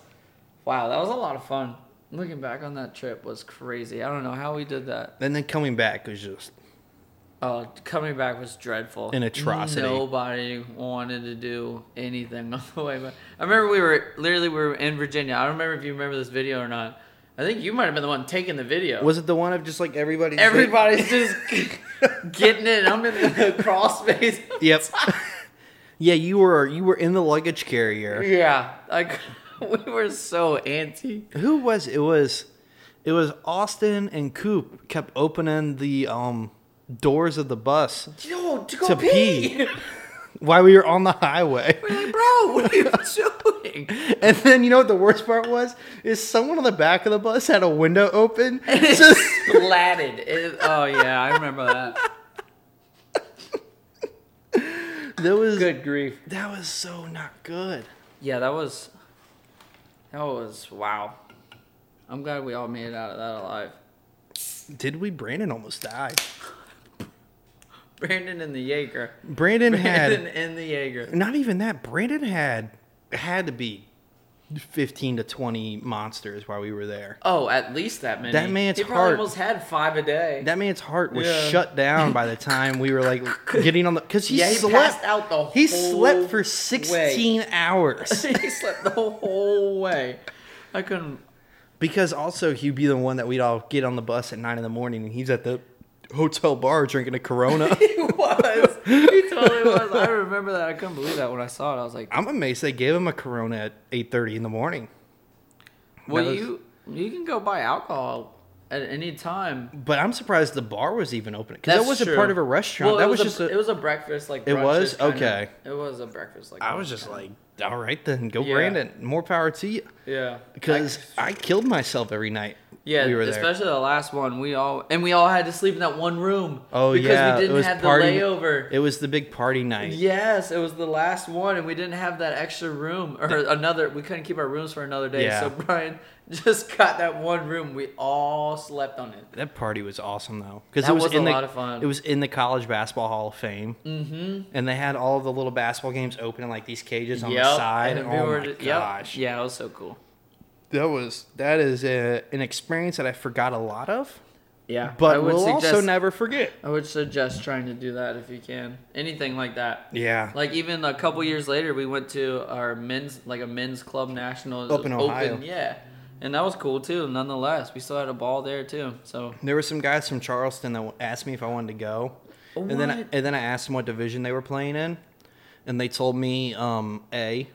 Speaker 2: wow. That was a lot of fun. Looking back on that trip was crazy. I don't know how we did that.
Speaker 1: And then coming back was just
Speaker 2: Oh, coming back was dreadful.
Speaker 1: An atrocity.
Speaker 2: Nobody wanted to do anything on the way back. I remember we were literally we were in Virginia. I don't remember if you remember this video or not. I think you might have been the one taking the video.
Speaker 1: was it the one of just like everybody?
Speaker 2: Everybody's just getting it. I'm in the crawl space.
Speaker 1: Yep. yeah, you were you were in the luggage carrier.
Speaker 2: Yeah, like we were so anti.
Speaker 1: who was it was it was austin and coop kept opening the um doors of the bus
Speaker 2: Yo, to go
Speaker 1: To
Speaker 2: pee.
Speaker 1: pee. while we were on the highway
Speaker 2: Like, bro, what are you doing?
Speaker 1: and then you know what the worst part was is someone on the back of the bus had a window open
Speaker 2: It
Speaker 1: so,
Speaker 2: splatted. It- oh yeah, I remember that.
Speaker 1: that was
Speaker 2: Good grief.
Speaker 1: that was so not good
Speaker 2: Yeah, that was. That was wow. I'm glad we all made it out of that alive.
Speaker 1: did we brandon almost died
Speaker 2: Brandon and the Jaeger.
Speaker 1: brandon
Speaker 2: Brandon
Speaker 1: had
Speaker 2: and the Jaeger.
Speaker 1: not even that brandon had had to be 15 to 20 monsters while we were there
Speaker 2: Oh, at least that many.
Speaker 1: That man's
Speaker 2: he probably
Speaker 1: heart-
Speaker 2: almost had five a day.
Speaker 1: That man's heart was
Speaker 2: Yeah.
Speaker 1: shut down by the time we were like getting on the because he,
Speaker 2: Yeah, he
Speaker 1: slept
Speaker 2: passed out the
Speaker 1: he
Speaker 2: whole
Speaker 1: slept for sixteen hours
Speaker 2: he slept the whole way. I couldn't.
Speaker 1: because also he'd be the one that we'd all get on the bus at nine in the morning and he's at the hotel bar drinking a Corona.
Speaker 2: He was. He totally was. I remember that. I couldn't believe that when I saw it. I was like,
Speaker 1: I'm amazed they gave him a Corona at eight thirty in the morning.
Speaker 2: Well,
Speaker 1: That was-
Speaker 2: you you can go buy alcohol at any time.
Speaker 1: But I'm surprised the bar was even open because that wasn't part of a restaurant.
Speaker 2: Well,
Speaker 1: that
Speaker 2: it
Speaker 1: was, just
Speaker 2: a,
Speaker 1: a,
Speaker 2: it was a breakfast like
Speaker 1: It
Speaker 2: brunch
Speaker 1: was?
Speaker 2: is kinda-
Speaker 1: Okay.
Speaker 2: It was a breakfast like
Speaker 1: I was just like, all right then, go
Speaker 2: Yeah.
Speaker 1: Brandon. More power to you.
Speaker 2: yeah
Speaker 1: Because I, killed myself every night.
Speaker 2: yeah
Speaker 1: we were there.
Speaker 2: especially the last one we all and we all had to sleep in that one room
Speaker 1: Oh
Speaker 2: because
Speaker 1: yeah,
Speaker 2: we didn't
Speaker 1: it was
Speaker 2: have
Speaker 1: party.
Speaker 2: the layover.
Speaker 1: It was the big party night.
Speaker 2: Yes, it was the last one, and we didn't have that extra room or another. We couldn't keep our rooms for another day,
Speaker 1: Yeah.
Speaker 2: so Brian just got that one room. We all slept on it.
Speaker 1: That party was awesome though, because
Speaker 2: That
Speaker 1: it was,
Speaker 2: was a
Speaker 1: in the,
Speaker 2: lot of fun.
Speaker 1: It was in the College Basketball Hall of Fame, mm-hmm. and they had all the little basketball games open in like these cages on the
Speaker 2: Yep,
Speaker 1: side.
Speaker 2: and we
Speaker 1: oh
Speaker 2: were
Speaker 1: my
Speaker 2: just- yep.
Speaker 1: gosh,
Speaker 2: Yeah, it was so cool.
Speaker 1: that was that is a, an experience that I forgot a lot of,
Speaker 2: Yeah, I
Speaker 1: but
Speaker 2: would
Speaker 1: we'll also
Speaker 2: suggest-
Speaker 1: never forget.
Speaker 2: I would suggest trying to do that if you can. Anything like that.
Speaker 1: Yeah,
Speaker 2: Like even a couple years later, we went to our men's like a men's club national
Speaker 1: Up in Ohio.
Speaker 2: yeah, and that was cool too. Nonetheless, we still had a ball there too. So
Speaker 1: there were some guys from Charleston that asked me if I wanted to go, and then I,
Speaker 2: What?
Speaker 1: and then I asked them what division they were playing in, and they told me um, A,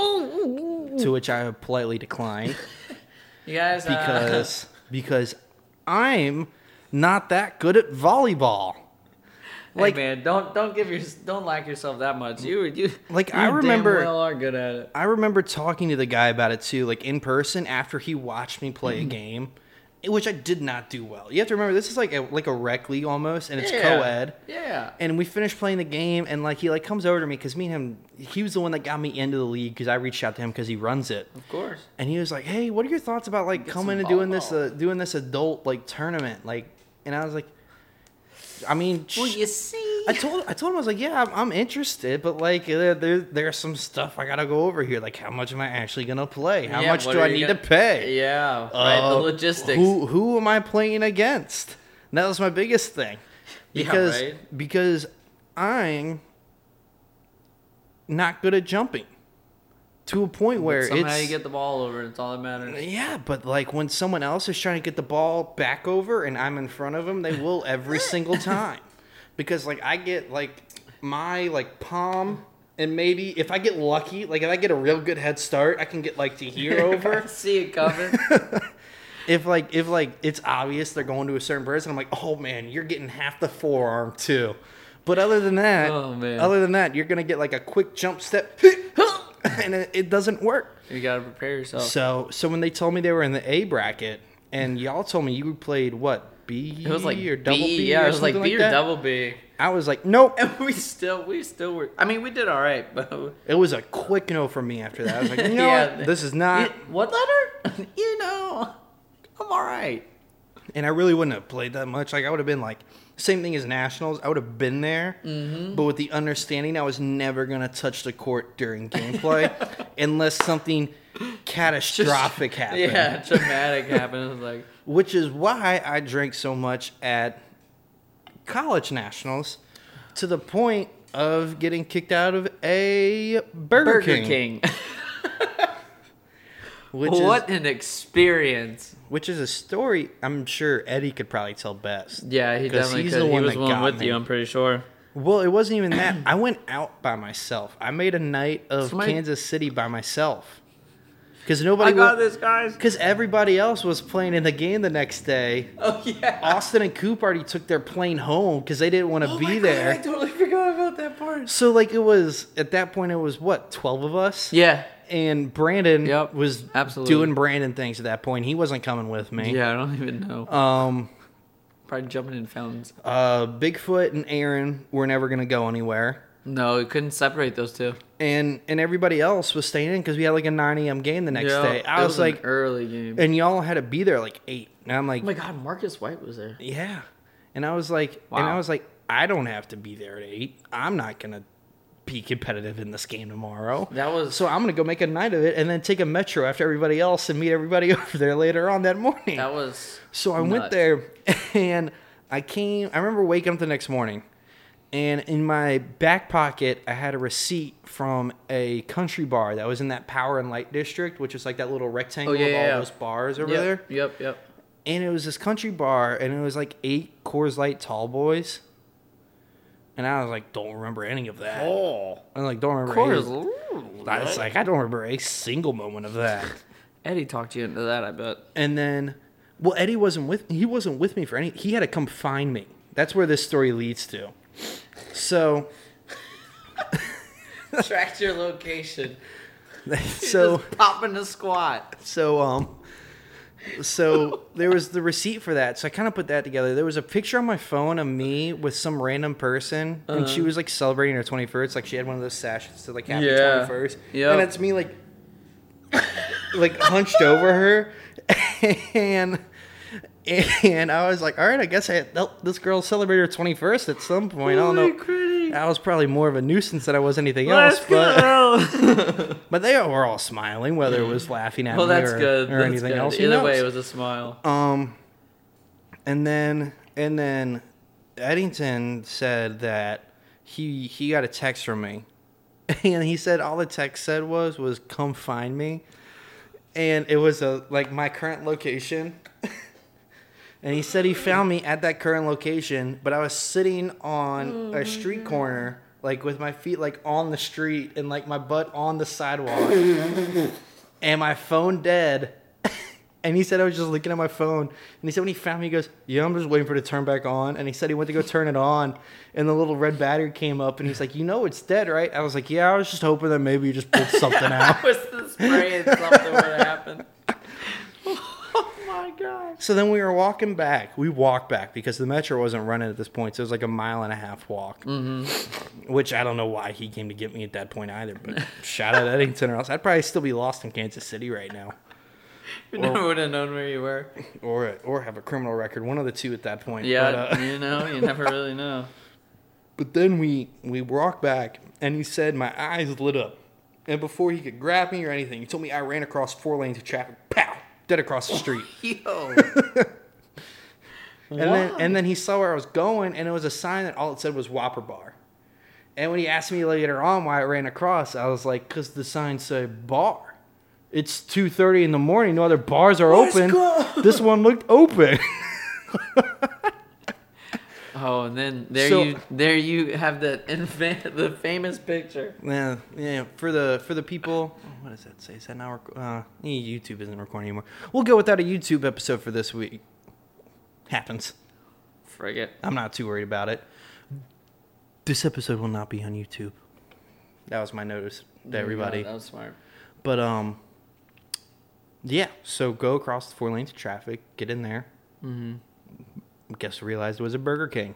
Speaker 2: oh,
Speaker 1: to which I politely declined.
Speaker 2: you guys uh,
Speaker 1: because because I'm not that good at volleyball.
Speaker 2: like man, don't don't give your don't like yourself that much. You you
Speaker 1: Like,
Speaker 2: you
Speaker 1: I
Speaker 2: damn
Speaker 1: remember-
Speaker 2: well are good at it.
Speaker 1: I remember talking to the guy about it too, like in person after he watched me
Speaker 2: Mm-hmm.
Speaker 1: play a game, which I did not do well. You have to remember this is like a, like a rec league almost, and it's
Speaker 2: yeah.
Speaker 1: co-ed.
Speaker 2: Yeah.
Speaker 1: And we finished playing the game, and like he like comes over to me because me and him, he was the one that got me into the league because I reached out to him because he runs it.
Speaker 2: Of course.
Speaker 1: and he was like, "Hey, what are your thoughts about like
Speaker 2: Get
Speaker 1: coming and
Speaker 2: some
Speaker 1: doing this uh,
Speaker 2: volleyball.
Speaker 1: doing this adult like tournament like?" And I was like, "I mean, sh-
Speaker 2: Well, you see,
Speaker 1: I told I told him I was like, yeah, I'm, I'm interested, but like uh, there there's some stuff I gotta go over here. Like, how much am I actually gonna play? How
Speaker 2: Yeah,
Speaker 1: much
Speaker 2: what
Speaker 1: do
Speaker 2: are
Speaker 1: I
Speaker 2: you
Speaker 1: need
Speaker 2: gonna-
Speaker 1: to pay?
Speaker 2: Yeah, right. The
Speaker 1: Uh,
Speaker 2: logistics.
Speaker 1: Who who am I playing against? And that was my biggest thing.
Speaker 2: Yeah,
Speaker 1: Because
Speaker 2: right.
Speaker 1: because I'm not good at jumping to a point where
Speaker 2: Somehow
Speaker 1: it's
Speaker 2: you get the ball over. It's all that matters.
Speaker 1: yeah, but like when someone else is trying to get the ball back over and I'm in front of them, they will every single time. Because like I get like my like palm and maybe if I get lucky, like if I get a real good head start, I can get like to here over.
Speaker 2: See it coming.
Speaker 1: if like if like it's obvious they're going to a certain person, I'm like, oh man, you're getting half the forearm too. But other than that,
Speaker 2: Oh, man.
Speaker 1: other than that, you're gonna get like a quick jump step, and it, it doesn't work.
Speaker 2: you gotta prepare yourself.
Speaker 1: So so when they told me they were in the A bracket, and y'all told me you played what B
Speaker 2: it was like
Speaker 1: or double B,
Speaker 2: B, yeah.
Speaker 1: or
Speaker 2: It was like B
Speaker 1: something
Speaker 2: or
Speaker 1: that?
Speaker 2: double B.
Speaker 1: I was like, nope.
Speaker 2: And we still, we still were. I mean, we did all right, but
Speaker 1: It was a quick no from me after that. I was like, you know
Speaker 2: Yeah.
Speaker 1: what? this is not.
Speaker 2: You- what letter? you know, I'm all right.
Speaker 1: and I really wouldn't have played that much. Like I would have been like same thing as nationals. I would have been there,
Speaker 2: Mm-hmm.
Speaker 1: but with the understanding I was never gonna touch the court during gameplay unless something catastrophic happened.
Speaker 2: Yeah, traumatic happened. It was like,
Speaker 1: Which is why I drank so much at college nationals, to the point of getting kicked out of a Burger,
Speaker 2: Burger
Speaker 1: King,
Speaker 2: King.
Speaker 1: which is
Speaker 2: what an experience.
Speaker 1: which is a story I'm sure Eddie could probably tell best.
Speaker 2: Yeah, he
Speaker 1: 'Cause
Speaker 2: definitely
Speaker 1: he's
Speaker 2: could.
Speaker 1: the
Speaker 2: he
Speaker 1: one
Speaker 2: was
Speaker 1: that
Speaker 2: one
Speaker 1: got
Speaker 2: with
Speaker 1: me.
Speaker 2: you, I'm pretty sure.
Speaker 1: Well, it wasn't even that. I went out by myself. I made a night of
Speaker 2: Somebody-
Speaker 1: Kansas City by myself. Because
Speaker 2: I
Speaker 1: nobody,
Speaker 2: got Oh this, guys.
Speaker 1: because everybody else was playing in the game the next day.
Speaker 2: Oh yeah.
Speaker 1: Austin and Coop already took their plane home because they didn't want to
Speaker 2: Oh my
Speaker 1: be
Speaker 2: God,
Speaker 1: there.
Speaker 2: I totally forgot about that part.
Speaker 1: So like it was at that point it was what twelve of us.
Speaker 2: Yeah.
Speaker 1: And Brandon
Speaker 2: Yep,
Speaker 1: was
Speaker 2: absolutely.
Speaker 1: doing Brandon things at that point. He wasn't coming with me.
Speaker 2: Yeah, I don't even know.
Speaker 1: Um.
Speaker 2: Probably jumping in fountains.
Speaker 1: Uh. Bigfoot and Aaron were never gonna go anywhere.
Speaker 2: No, it couldn't separate those two.
Speaker 1: and and everybody else was staying in because we had like a 9 a.m. game the next
Speaker 2: Yeah,
Speaker 1: day. I
Speaker 2: it
Speaker 1: was, like,
Speaker 2: an early game.
Speaker 1: and y'all had to be there like eight, and I'm like,
Speaker 2: oh my God, Marcus White was there.
Speaker 1: yeah, and I was like, and I
Speaker 2: Wow.
Speaker 1: was like, I don't have to be there at eight. I'm not gonna be competitive in this game tomorrow.
Speaker 2: That was-
Speaker 1: so. I'm gonna go make a night of it, and then take a metro after everybody else, and meet everybody over there later on that morning.
Speaker 2: That was
Speaker 1: So I went
Speaker 2: nuts.
Speaker 1: there and I came. I remember waking up the next morning and in my back pocket, I had a receipt from a country bar that was in that power and light district, which is like that little rectangle
Speaker 2: Oh, yeah,
Speaker 1: of all
Speaker 2: yeah, yeah.
Speaker 1: those bars over
Speaker 2: Yep,
Speaker 1: there.
Speaker 2: Yep, yep.
Speaker 1: And it was this country bar and it was like eight Coors Light tall boys. And I was like, don't remember any of that.
Speaker 2: Oh,
Speaker 1: I'm like, don't remember any of I was like, I don't remember a single moment of that.
Speaker 2: Eddie talked you into that, I bet.
Speaker 1: and then well eddie wasn't with he wasn't with me for any he had to come find me that's where this story leads to so
Speaker 2: Tracked your location.
Speaker 1: so
Speaker 2: popping the squat.
Speaker 1: so um so there was the receipt for that so i kind of put that together there was a picture on my phone of me with some random person and
Speaker 2: Uh-huh.
Speaker 1: she was like celebrating her 21st like she had one of those sashes to like happy
Speaker 2: Yeah.
Speaker 1: 21st
Speaker 2: Yep.
Speaker 1: and it's me like like hunched over her and and i was like all right i guess i oh, this girl celebrated her 21st at some point i don't know i was probably more of a nuisance than i was anything else but But they were all smiling, whether it was laughing at
Speaker 2: Mm. well,
Speaker 1: me
Speaker 2: that's
Speaker 1: or,
Speaker 2: good.
Speaker 1: or
Speaker 2: that's
Speaker 1: anything
Speaker 2: good.
Speaker 1: else. who
Speaker 2: Either way,
Speaker 1: knows?
Speaker 2: it was a smile.
Speaker 1: um, and then and then Eddington said that he he got a text from me, and he said all the text said was was come find me, and it was a like my current location. And he said he found me at that current location, but I was sitting on a street corner, like with my feet like on the street and like my butt on the sidewalk, and my phone dead. and he said I was just looking at my phone. And he said when he found me, he goes, "Yeah, I'm just waiting for it to turn back on." And he said he went to go turn it on, and the little red battery came up, and he's like, "You know it's dead, right?" I was like, "Yeah, I was just hoping that maybe you just pulled something out."
Speaker 2: was the spray and something would happen. Oh my gosh.
Speaker 1: So then we were walking back. We walked back because the metro wasn't running at this point. So it was like a mile and a half walk, mm-hmm. which I don't know why he came to get me at that point either. But shout out Eddington, or else I'd probably still be lost in Kansas City right now,
Speaker 2: You never would have known where you were.
Speaker 1: or or have a criminal record. One of the two at that point.
Speaker 2: Yeah,
Speaker 1: But, uh,
Speaker 2: you know, you never really know.
Speaker 1: But then we we walked back, and he said my eyes lit up, and before he could grab me or anything, he told me I ran across four lanes of traffic. Pow! Dead across the street.
Speaker 2: Yo.
Speaker 1: And then, and then he saw where I was going, and it was a sign that all it said was Whopper Bar. And when he asked me later on why I ran across, I was like, "Cause the sign said bar. It's two thirty in the morning. No other bars are
Speaker 2: Let's
Speaker 1: open.
Speaker 2: go."
Speaker 1: This one looked open."
Speaker 2: oh, and then there
Speaker 1: So-
Speaker 2: you there you have the infa- the famous picture.
Speaker 1: yeah, yeah. For the for the people, what does that say? Is that now? Rec- uh, eh, YouTube isn't recording anymore. We'll go without a YouTube episode for this week. Happens.
Speaker 2: Frig it.
Speaker 1: I'm not too worried about it. This episode will not be on YouTube. That was my notice to everybody.
Speaker 2: Yeah, that was smart.
Speaker 1: But um, yeah. So go across the four lanes of traffic, get in there. Mm-hmm. Guess realized it was a Burger King.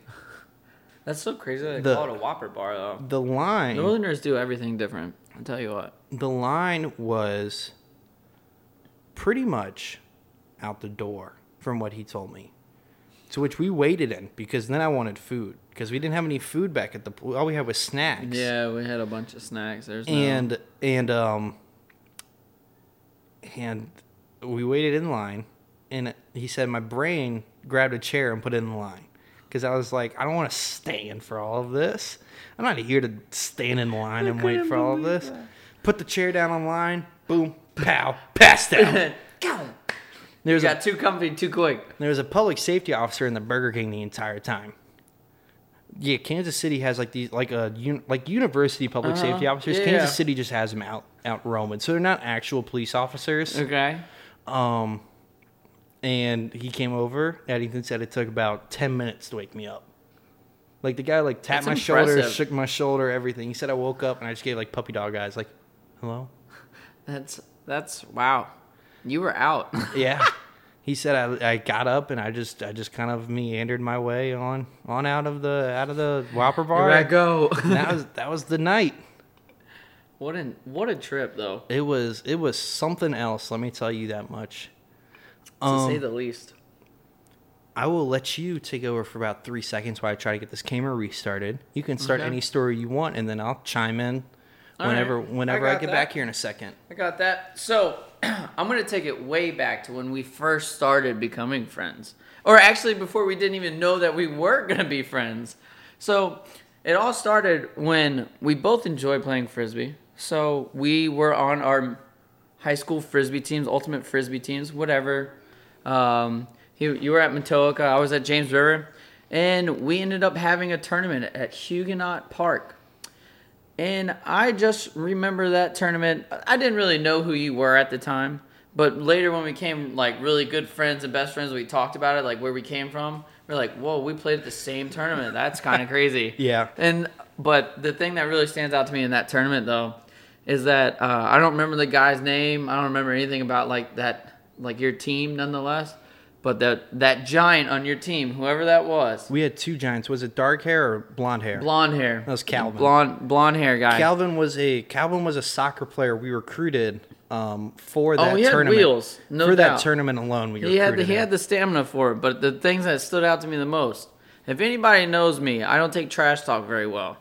Speaker 2: That's so crazy. They
Speaker 1: The-
Speaker 2: call it a Whopper bar though.
Speaker 1: The line,
Speaker 2: Northerners do everything different. I'll tell you what.
Speaker 1: the line was pretty much out the door from what he told me. To which we waited in because then I wanted food because we didn't have any food back at the. pl- All we had was snacks.
Speaker 2: Yeah, we had a bunch of snacks. There's no,
Speaker 1: and and um and we waited in line and he said my brain grabbed a chair and put it in the line because i was like i don't want to stand for all of this i'm not here to stand in line and wait
Speaker 2: couldn't
Speaker 1: for all of
Speaker 2: believe
Speaker 1: this
Speaker 2: that.
Speaker 1: put the chair down on line boom pow passed out
Speaker 2: you
Speaker 1: there's a
Speaker 2: got too comfy too quick.
Speaker 1: there was a public safety officer in the Burger King the entire time. Yeah, Kansas City has like these like a un, like university public
Speaker 2: Uh-huh.
Speaker 1: safety officers.
Speaker 2: Yeah,
Speaker 1: Kansas
Speaker 2: yeah.
Speaker 1: City just has them out out roaming, so they're not actual police officers.
Speaker 2: Okay.
Speaker 1: Um, and he came over. Eddington said it took about ten minutes to wake me up. Like the guy like tapped
Speaker 2: That's
Speaker 1: my shoulder,
Speaker 2: impressive.
Speaker 1: shook my shoulder, everything. He said I woke up and I just gave like puppy dog eyes, like, hello.
Speaker 2: That's that's wow. You were out.
Speaker 1: yeah he said I, I got up and i just i just kind of meandered my way on on out of the out of the whopper bar
Speaker 2: Here I go.
Speaker 1: And that was that was the night
Speaker 2: what an what a trip though,
Speaker 1: it was it was something else let me tell you that much
Speaker 2: to say
Speaker 1: Um,
Speaker 2: the least.
Speaker 1: i will let you take over for about three seconds while i try to get this camera restarted you can start
Speaker 2: Okay.
Speaker 1: any story you want and then i'll chime in
Speaker 2: All right.
Speaker 1: whenever
Speaker 2: I
Speaker 1: whenever i,
Speaker 2: got
Speaker 1: get
Speaker 2: that.
Speaker 1: back here in a second
Speaker 2: I got that. So I'm gonna take it way back to when we first started becoming friends, or actually before we didn't even know that we were gonna be friends. So it all started when we both enjoy playing frisbee. So we were on our high school frisbee teams, ultimate frisbee teams, whatever. Um, he, you were at Matoaka, I was at James River, and we ended up having a tournament at Huguenot Park. And I just remember that tournament. I didn't really know who you were at the time, but later when we became like really good friends and best friends, we talked about it, like where we came from. We're like, whoa, we played at the same tournament. That's kind of crazy.
Speaker 1: Yeah.
Speaker 2: And but the thing that really stands out to me in that tournament though is that uh, I don't remember the guy's name. I don't remember anything about like that, like your team, nonetheless. But that that giant on your team, whoever that was,
Speaker 1: we had two giants was it dark hair or blonde hair
Speaker 2: blonde hair. That
Speaker 1: was Calvin.
Speaker 2: Blonde blonde hair guy.
Speaker 1: Calvin was a Calvin was a soccer player we recruited um, for that
Speaker 2: Oh, he had
Speaker 1: tournament.
Speaker 2: wheels, no
Speaker 1: for that
Speaker 2: doubt.
Speaker 1: tournament alone, we
Speaker 2: he had
Speaker 1: recruited
Speaker 2: the, he
Speaker 1: him.
Speaker 2: had the stamina for it, but the things that stood out to me the most. If anybody knows me, I don't take trash talk very well,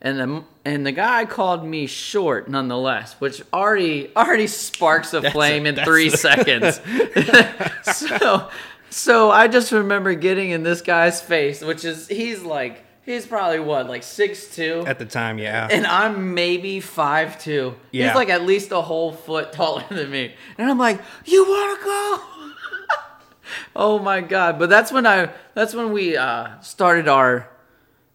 Speaker 2: and the and the guy called me short nonetheless, which already already sparks a flame in
Speaker 1: that's
Speaker 2: three
Speaker 1: a-
Speaker 2: seconds. so so I just remember getting in this guy's face, which is he's like he's probably what like six two,
Speaker 1: at the time. Yeah,
Speaker 2: and I'm maybe five two.
Speaker 1: Yeah.
Speaker 2: He's like at least a whole foot taller than me, and I'm like, you wanna go? oh my god! But that's when I that's when we uh, started our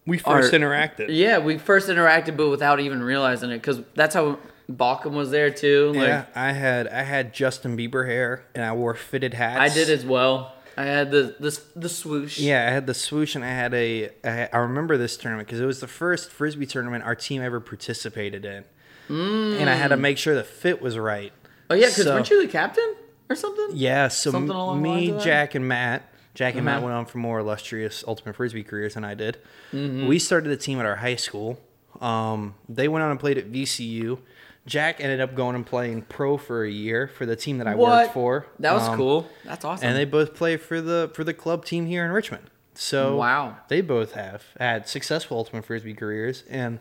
Speaker 1: we first
Speaker 2: our-
Speaker 1: interacted.
Speaker 2: yeah we first interacted, but without even realizing it because that's how Balkum was there too. Like
Speaker 1: yeah, I had I had Justin Bieber hair and I wore fitted hats.
Speaker 2: I did as well. I had the the the swoosh.
Speaker 1: Yeah, I had the swoosh and I had a. I, had- I remember this tournament because it was the first frisbee tournament our team ever participated in, and I had to
Speaker 2: Mm.
Speaker 1: make sure the fit was right.
Speaker 2: Oh yeah, because
Speaker 1: So-
Speaker 2: weren't you the captain or something?
Speaker 1: Yeah, so
Speaker 2: Something
Speaker 1: m-
Speaker 2: along the lines
Speaker 1: me,
Speaker 2: of that? Uh-huh.
Speaker 1: Jack, and Matt. Jack and Matt went on for more illustrious ultimate frisbee careers than I did.
Speaker 2: Mm-hmm.
Speaker 1: We started the team at our high school. Um, they went on and played at VCU. Jack ended up going and playing pro for a year for the team that I
Speaker 2: What?
Speaker 1: worked for.
Speaker 2: That was
Speaker 1: Um,
Speaker 2: cool. That's awesome.
Speaker 1: And they both play for the for the club team here in Richmond. So
Speaker 2: Wow.
Speaker 1: they both have had successful ultimate frisbee careers, and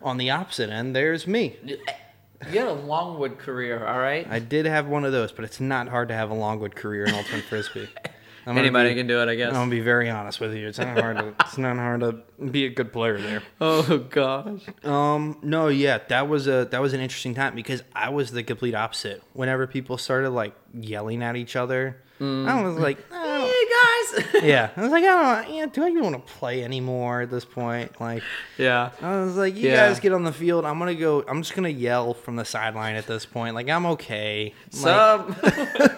Speaker 1: on the opposite end, there's me.
Speaker 2: You had a Longwood career, all right?
Speaker 1: I did have one of those, but it's not hard to have a Longwood career in ultimate frisbee. I'm gonna
Speaker 2: Anybody
Speaker 1: be- um,
Speaker 2: can do it, I guess.
Speaker 1: I'm gonna be very honest with you. It's not hard. To, it's not hard to be a good player there.
Speaker 2: oh gosh.
Speaker 1: Um, no, yeah, that was a that was an interesting time because I was the complete opposite. Whenever people started like yelling at each other,
Speaker 2: Mm.
Speaker 1: I was like, "Oh."
Speaker 2: Hey guys.
Speaker 1: yeah, I was like, I don't, yeah, do I even want to play anymore at this point? Like,
Speaker 2: yeah.
Speaker 1: I was like, you
Speaker 2: Yeah.
Speaker 1: guys get on the field. I'm gonna go. I'm just gonna yell from the sideline at this point. Like, I'm okay. Like,
Speaker 2: Sup?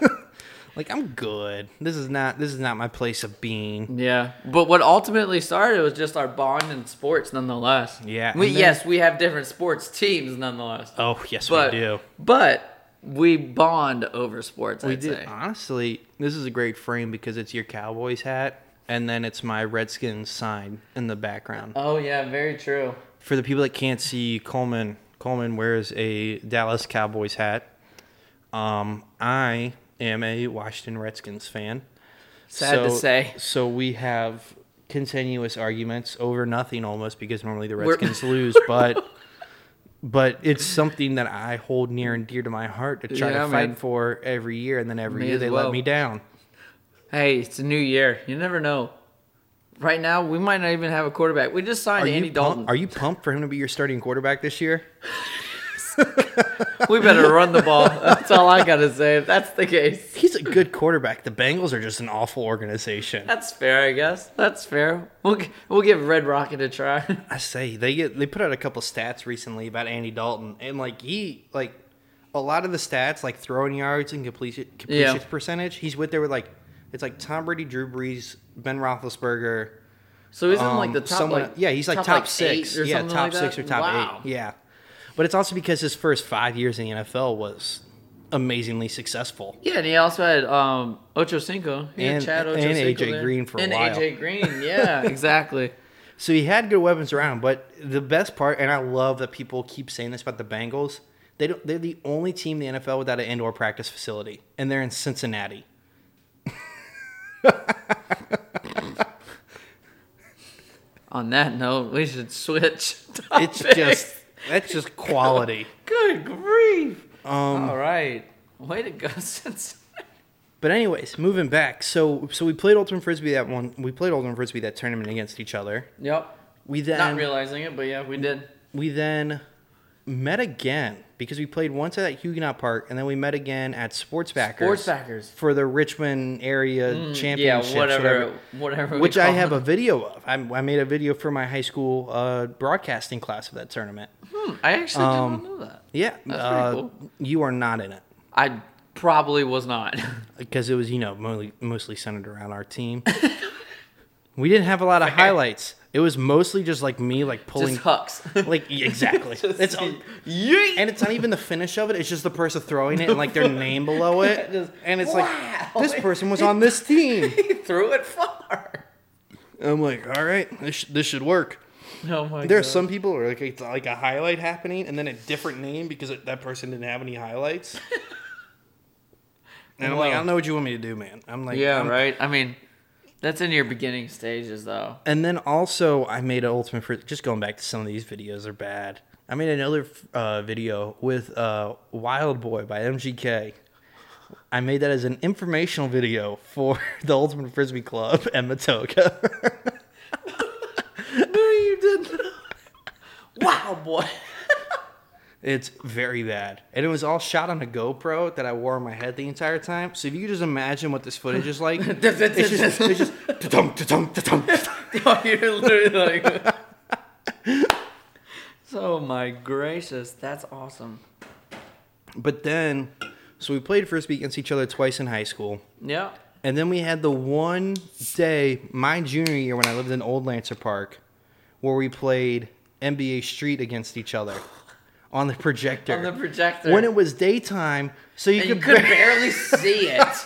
Speaker 1: like, I'm good. This is not this is not my place of being.
Speaker 2: Yeah, but what ultimately started was just our bond in sports, nonetheless.
Speaker 1: Yeah,
Speaker 2: We,
Speaker 1: and then-
Speaker 2: yes, we have different sports teams, nonetheless.
Speaker 1: Oh yes,
Speaker 2: but
Speaker 1: we do.
Speaker 2: but we bond over sports.
Speaker 1: We
Speaker 2: I'd
Speaker 1: did
Speaker 2: say.
Speaker 1: honestly. This is a great frame because it's your Cowboys hat, and then it's my Redskins sign in the background.
Speaker 2: Oh yeah, very true.
Speaker 1: For the people that can't see, Coleman Coleman wears a Dallas Cowboys hat. Um, I am a Washington Redskins fan.
Speaker 2: Sad to
Speaker 1: So-
Speaker 2: say.
Speaker 1: So we have continuous arguments over nothing almost because normally the
Speaker 2: We're-
Speaker 1: Redskins lose, but but it's something that I hold near and dear to my heart to try to
Speaker 2: Yeah,
Speaker 1: fight
Speaker 2: man.
Speaker 1: for every year, and then every
Speaker 2: May
Speaker 1: year
Speaker 2: as
Speaker 1: they
Speaker 2: well.
Speaker 1: let me down.
Speaker 2: Hey, it's a new year. You never know. Right now, we might not even have a quarterback. We just signed
Speaker 1: Are
Speaker 2: Andy
Speaker 1: you
Speaker 2: Dalton.
Speaker 1: pumped? Are you pumped for him to be your starting quarterback this year?
Speaker 2: we better run the ball. That's all I gotta say. If that's the case,
Speaker 1: He's a good quarterback. The Bengals are just an awful organization.
Speaker 2: that's fair. I guess that's fair. We'll g- we'll give Red Rocket a try.
Speaker 1: I say they get they put out a couple stats recently about Andy Dalton, and like he like a lot of the stats like throwing yards and completion completion
Speaker 2: Yeah.
Speaker 1: percentage. He's with there with like it's like Tom Brady, Drew Brees, Ben Roethlisberger.
Speaker 2: So isn't
Speaker 1: um,
Speaker 2: like the top
Speaker 1: someone-
Speaker 2: like
Speaker 1: yeah, he's like top,
Speaker 2: eight
Speaker 1: six,
Speaker 2: or
Speaker 1: yeah,
Speaker 2: something
Speaker 1: top
Speaker 2: like
Speaker 1: six
Speaker 2: that?
Speaker 1: or top
Speaker 2: Wow.
Speaker 1: eight, yeah. But it's also because his first five years in the NFL was amazingly successful.
Speaker 2: Yeah, and he also had um, Ocho Cinco. He had
Speaker 1: And-
Speaker 2: Chad Ocho
Speaker 1: and
Speaker 2: Cinco
Speaker 1: AJ
Speaker 2: there.
Speaker 1: Green for a
Speaker 2: and
Speaker 1: while.
Speaker 2: AJ Green, yeah, exactly.
Speaker 1: So he had good weapons around, but the best part, and I love that people keep saying this about the Bengals, they don't, they're the only team in the NFL without an indoor practice facility, and they're in Cincinnati.
Speaker 2: On that note, we should switch.
Speaker 1: It's
Speaker 2: topics.
Speaker 1: just that's just quality.
Speaker 2: good grief.
Speaker 1: Um,
Speaker 2: All right, way to go, since
Speaker 1: but anyways, moving back, so so we played ultimate frisbee that one. We played ultimate frisbee that tournament against each other.
Speaker 2: yep.
Speaker 1: We then
Speaker 2: Not realizing it, but yeah, we did.
Speaker 1: we then met again because we played once at Huguenot Park, and then we met again at Sportsbackers.
Speaker 2: Sportsbackers. Mm,
Speaker 1: for the Richmond area
Speaker 2: Yeah,
Speaker 1: championships.
Speaker 2: whatever, whatever.
Speaker 1: which I have
Speaker 2: A-
Speaker 1: a video of. I, I made a video for my high school uh, broadcasting class of that tournament.
Speaker 2: Hmm, I actually
Speaker 1: um,
Speaker 2: did not know that.
Speaker 1: Yeah,
Speaker 2: That's
Speaker 1: uh,
Speaker 2: pretty
Speaker 1: you are not in it
Speaker 2: I probably was not.
Speaker 1: because it was you know mostly, mostly centered around our team. we didn't have a lot of highlights. It was mostly just like me like pulling
Speaker 2: Just hucks.
Speaker 1: like yeah, exactly. it's
Speaker 2: Yeet!
Speaker 1: and it's not even the finish of it. It's just the person throwing it and like their name below it,
Speaker 2: Just,
Speaker 1: and it's
Speaker 2: wow.
Speaker 1: like this person was on this team.
Speaker 2: he threw it far.
Speaker 1: I'm like, all right, this sh- this should work.
Speaker 2: Oh my
Speaker 1: There are
Speaker 2: God.
Speaker 1: some people where like it's like a highlight happening and then a different name because it, that person didn't have any highlights. and I'm like, I
Speaker 2: Wow.
Speaker 1: don't know what you want me to do, man. I'm like,
Speaker 2: Yeah,
Speaker 1: I'm-
Speaker 2: right. I mean, that's in your beginning stages, though.
Speaker 1: And then also, I made an ultimate for just going back to some of these videos are bad. I made another uh, video with uh, Wild Boy by MGK. I made that as an informational video for the Ultimate Frisbee Club and Matoka.
Speaker 2: no, you didn't. wow, boy.
Speaker 1: It's very bad. And it was all shot on a GoPro that I wore on my head the entire time. So if you could just imagine what this footage is like, it's just, it's just ta-dum, ta-dum, ta-dum.
Speaker 2: oh, you're literally like. so Oh my gracious, that's awesome.
Speaker 1: But then, so we played frisbee against each other twice in high school.
Speaker 2: Yeah.
Speaker 1: And then we had the one day, my junior year when I lived in Old Lancer Park, where we played NBA Street against each other on the projector.
Speaker 2: On the projector.
Speaker 1: When it was daytime, so you
Speaker 2: And
Speaker 1: could,
Speaker 2: you could
Speaker 1: bar-
Speaker 2: barely see it.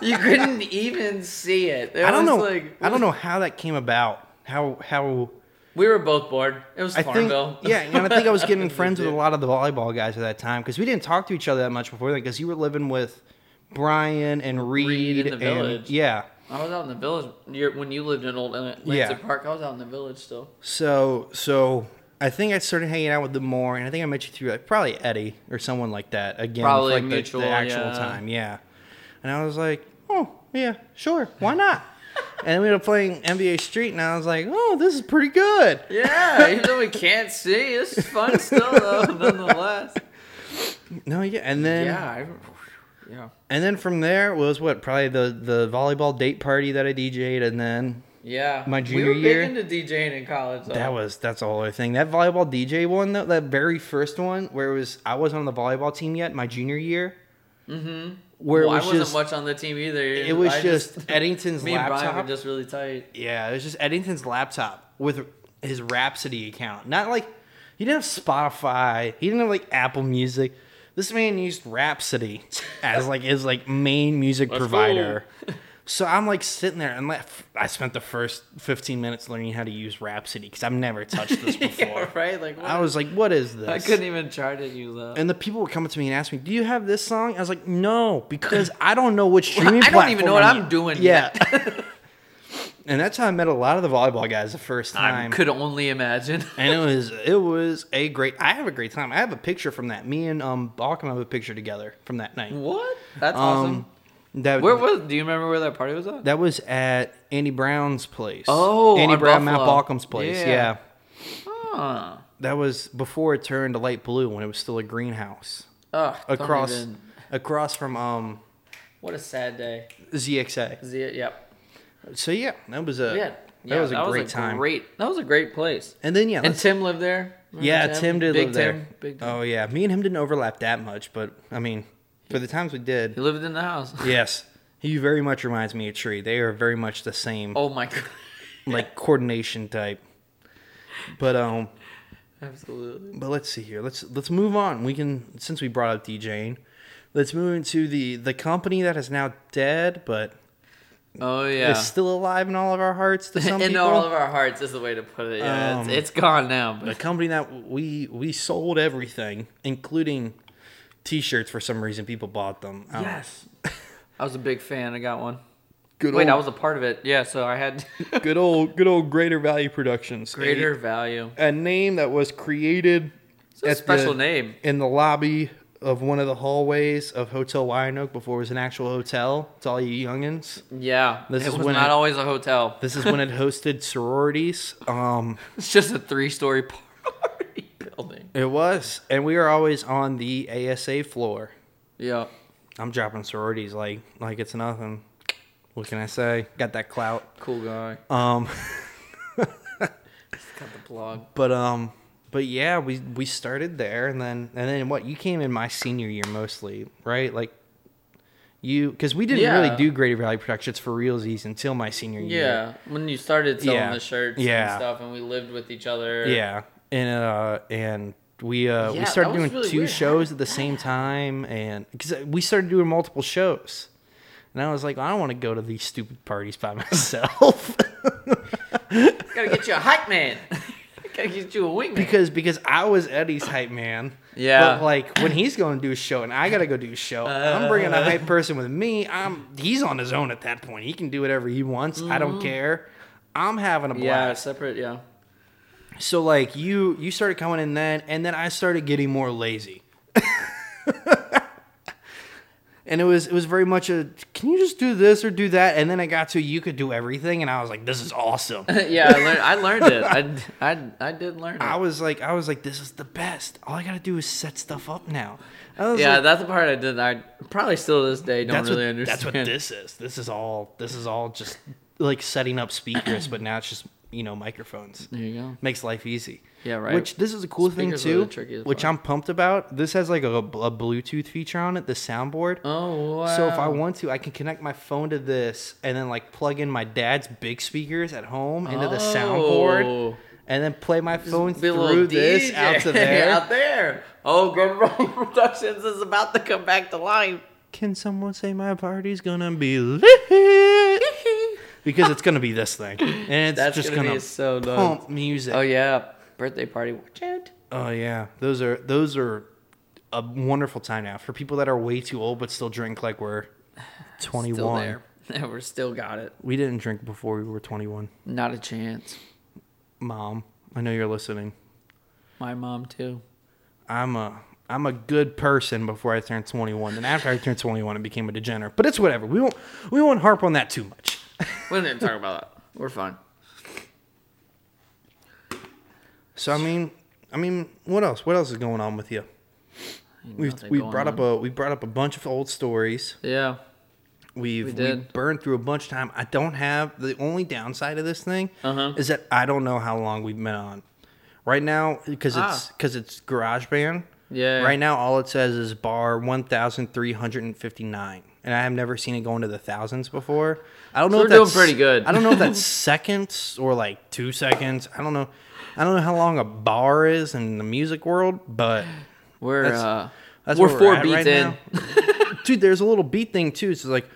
Speaker 2: You couldn't even see it. It
Speaker 1: I don't know.
Speaker 2: was Like,
Speaker 1: I don't know how that came about. How how
Speaker 2: We were both bored. It was
Speaker 1: I think
Speaker 2: Farmville.
Speaker 1: yeah, and I think I was getting friends with a lot of the volleyball guys at that time because we didn't talk to each other that much before that because you were living with Brian and Reed,
Speaker 2: Reed in the
Speaker 1: and
Speaker 2: village.
Speaker 1: yeah,
Speaker 2: I was out in the village near- when you lived in Old Atlantic
Speaker 1: Yeah.
Speaker 2: Park. I was out in the village still.
Speaker 1: So so I think I started hanging out with them more, and I think I met you through like probably Eddie or someone like that again,
Speaker 2: Probably
Speaker 1: like the-
Speaker 2: mutual,
Speaker 1: the, actual
Speaker 2: yeah.
Speaker 1: time, yeah. And I was like, oh yeah, sure, why not? and then we ended up playing NBA Street, and I was like, oh, this is pretty good.
Speaker 2: Yeah, even though we can't see, it's fun still though, nonetheless.
Speaker 1: No, yeah, and then
Speaker 2: Yeah, I, yeah,
Speaker 1: and then from there was what probably the the volleyball date party that I DJ'd, and then
Speaker 2: yeah.
Speaker 1: My
Speaker 2: we
Speaker 1: junior
Speaker 2: were
Speaker 1: year?
Speaker 2: big into DJing in college. Though.
Speaker 1: That was that's a whole other thing. That volleyball DJ one though, that very first one where it was I wasn't on the volleyball team yet, my junior year. Mm-hmm. Where
Speaker 2: Well,
Speaker 1: it
Speaker 2: I
Speaker 1: was
Speaker 2: wasn't
Speaker 1: just
Speaker 2: much on the team either.
Speaker 1: it was
Speaker 2: I
Speaker 1: just, Eddington's
Speaker 2: me and Brian were
Speaker 1: laptop.
Speaker 2: just really tight.
Speaker 1: yeah, it was just Eddington's laptop with his Rhapsody account. Not like he didn't have Spotify. He didn't have like Apple Music. This man used Rhapsody as like his like main music provider. So I'm like sitting there, and like, I spent the first 15 minutes learning how to use Rhapsody because I've never touched this before.
Speaker 2: Yeah, right. Like what?
Speaker 1: I
Speaker 2: I,
Speaker 1: was like, what is this?
Speaker 2: couldn't even try to use that.
Speaker 1: And the people were coming to me and asking me, do you have this song? I was like, no, because I don't know which streaming
Speaker 2: I don't even know what
Speaker 1: platform
Speaker 2: I'm doing
Speaker 1: Yeah. and that's how I met a lot of the volleyball guys the first
Speaker 2: I
Speaker 1: time.
Speaker 2: could only imagine.
Speaker 1: and it was it was a great I have a great time. I have a picture from that. Me and um Balkan have a picture together from that night.
Speaker 2: what? That's
Speaker 1: Um
Speaker 2: awesome.
Speaker 1: that
Speaker 2: Where was? Do you remember where that party was at?
Speaker 1: that was at Andy Brown's place.
Speaker 2: Oh,
Speaker 1: Andy
Speaker 2: on
Speaker 1: Brown, Matt
Speaker 2: Buffalo.
Speaker 1: Balkum's place. yeah.
Speaker 2: Yeah. Huh.
Speaker 1: That was before it turned to light blue when it was still a greenhouse.
Speaker 2: Ugh, don't
Speaker 1: across
Speaker 2: even.
Speaker 1: across from um
Speaker 2: What a sad day.
Speaker 1: ZXA.
Speaker 2: Is it? Yep.
Speaker 1: So yeah, that was a
Speaker 2: Yeah.
Speaker 1: that was a great time.
Speaker 2: Great. That was a great place.
Speaker 1: and then yeah,
Speaker 2: And
Speaker 1: let's-
Speaker 2: Tim lived there. Remember
Speaker 1: yeah, Tim did
Speaker 2: Big
Speaker 1: live
Speaker 2: Tim.
Speaker 1: there.
Speaker 2: Big Tim.
Speaker 1: Oh yeah, me and him didn't overlap that much, but I mean, for the times we
Speaker 2: He
Speaker 1: did,
Speaker 2: lived in the house.
Speaker 1: yes, he very much reminds me of Tree. They are very much the same
Speaker 2: Oh my god.
Speaker 1: like coordination type. But um,
Speaker 2: Absolutely.
Speaker 1: but let's see here. Let's let's move on. We can since we brought up DJing, let's move into the the company that is now dead, but
Speaker 2: Oh yeah.
Speaker 1: is still alive in all of our hearts to some
Speaker 2: in
Speaker 1: people.
Speaker 2: all of our hearts is the way to put it. Yeah,
Speaker 1: Um,
Speaker 2: it's, it's gone now.
Speaker 1: the
Speaker 2: But
Speaker 1: company that we we sold everything, including t-shirts for some reason people bought them. Um, I don't-
Speaker 2: yes, I was a big fan. I got one.
Speaker 1: Good
Speaker 2: Wait,
Speaker 1: old
Speaker 2: I was a part of it. Yeah, so I had
Speaker 1: good old good old Greater Value Productions.
Speaker 2: greater value.
Speaker 1: a, a name that was created
Speaker 2: It's a
Speaker 1: at
Speaker 2: special
Speaker 1: the-
Speaker 2: name.
Speaker 1: in the lobby of one of the hallways of Hotel Wyanoke before it was an actual hotel. It's all you youngins.
Speaker 2: Yeah,
Speaker 1: This
Speaker 2: it
Speaker 1: is
Speaker 2: was
Speaker 1: when
Speaker 2: not
Speaker 1: it-
Speaker 2: always a hotel.
Speaker 1: This is when it hosted sororities. Um
Speaker 2: It's just a three-story party building.
Speaker 1: it was and we were always on the ASA floor.
Speaker 2: Yeah.
Speaker 1: I'm dropping sororities like like it's nothing. What can I say? Got that clout.
Speaker 2: Cool guy.
Speaker 1: Um,
Speaker 2: Got the blog.
Speaker 1: but um, but yeah, we we started there, and then and then what? You came in my senior year mostly, right? Like you, because we didn't
Speaker 2: Yeah.
Speaker 1: really do Greater Valley Productions for realsies until my senior year.
Speaker 2: Yeah, when you started selling
Speaker 1: Yeah.
Speaker 2: the shirts
Speaker 1: Yeah.
Speaker 2: and stuff, and we lived with each other.
Speaker 1: yeah, and uh, and we uh,
Speaker 2: Yeah,
Speaker 1: we
Speaker 2: that
Speaker 1: started
Speaker 2: was
Speaker 1: doing
Speaker 2: really
Speaker 1: two
Speaker 2: weird. How
Speaker 1: shows at the same time, and because we started doing multiple shows. And I was like, I don't want to go to these stupid parties by myself.
Speaker 2: gotta get you a hype man. gotta get you a wingman.
Speaker 1: because because I was Eddie's hype man.
Speaker 2: Yeah.
Speaker 1: But like when he's going to do a show and I gotta go do a show, I'm bringing a
Speaker 2: Uh.
Speaker 1: hype person with me. I'm he's on his own at that point. He can do whatever he wants. I don't care. I'm having a
Speaker 2: Mm-hmm. yeah,
Speaker 1: blast.
Speaker 2: separate. Yeah.
Speaker 1: So like you you started coming in then, and then I started getting more lazy. and it was it was very much a can you just do this or do that? And then I got to you could do everything, and I was like, this is awesome.
Speaker 2: yeah, I learned, I learned it. I, I, I did learn it.
Speaker 1: I was like, I was like, this is the best. All I gotta do is set stuff up now. I was
Speaker 2: yeah,
Speaker 1: like,
Speaker 2: that's the part I did. I probably still to this day don't
Speaker 1: that's
Speaker 2: really
Speaker 1: what
Speaker 2: understand.
Speaker 1: that's what this is. This is all this is all just like setting up speakers, but now it's just you know microphones.
Speaker 2: There you go.
Speaker 1: Makes life easy.
Speaker 2: Yeah, right.
Speaker 1: Which this is a cool
Speaker 2: Speakers are
Speaker 1: thing
Speaker 2: the
Speaker 1: too,
Speaker 2: trickiest
Speaker 1: which
Speaker 2: part.
Speaker 1: I'm pumped about. This has like a, a Bluetooth feature on it, the soundboard.
Speaker 2: Oh wow.
Speaker 1: So if I want to, I can connect my phone to this and then like plug in my dad's big speakers at home into the soundboard
Speaker 2: Oh.
Speaker 1: and then play my phone
Speaker 2: Be a little
Speaker 1: through this
Speaker 2: DJ
Speaker 1: out to there.
Speaker 2: out there. Oh, Great Roll Productions is about to come back to life.
Speaker 1: Can someone say my party's gonna be lit? because it's gonna be this thing, and it's
Speaker 2: That's
Speaker 1: just
Speaker 2: gonna
Speaker 1: gonna,
Speaker 2: be so nuts.
Speaker 1: pump music.
Speaker 2: Oh yeah, birthday party. Watch out.
Speaker 1: Oh yeah, those are those are a wonderful time now for people that are way too old but still drink like we're twenty
Speaker 2: Still
Speaker 1: one.
Speaker 2: there. And we're still got it.
Speaker 1: We didn't drink before we were 21.
Speaker 2: Not a chance.
Speaker 1: Mom, I know you're listening.
Speaker 2: My mom too.
Speaker 1: I'm a I'm a good person before I turned 21. And after I turned 21, I became a degenerate. But it's whatever. We won't we won't harp on that too much.
Speaker 2: We didn't talk about that. We're fine.
Speaker 1: So I mean, I mean, what else? What else is going on with you? We
Speaker 2: Nothing
Speaker 1: we
Speaker 2: going
Speaker 1: brought up
Speaker 2: on.
Speaker 1: a we brought up a bunch of old stories.
Speaker 2: Yeah.
Speaker 1: We've we
Speaker 2: did.
Speaker 1: burned through a bunch of time. I don't have the only downside of this thing
Speaker 2: Uh-huh.
Speaker 1: is that I don't know how long we've been on. Right now, because it's
Speaker 2: Ah.
Speaker 1: because it's GarageBand.
Speaker 2: Yeah.
Speaker 1: Right now, all it says is bar one thousand three hundred and fifty nine, and I have never seen it go into the thousands before. I don't know.
Speaker 2: we're
Speaker 1: if
Speaker 2: doing
Speaker 1: that's,
Speaker 2: pretty good.
Speaker 1: I don't know if that's seconds or like two seconds. I don't know. I don't know how long a bar is in the music world, but
Speaker 2: We're
Speaker 1: That's-
Speaker 2: uh
Speaker 1: that's
Speaker 2: we're
Speaker 1: where
Speaker 2: four
Speaker 1: we're at
Speaker 2: beats
Speaker 1: right
Speaker 2: in.
Speaker 1: now. dude, there's a little beat thing too. So it's like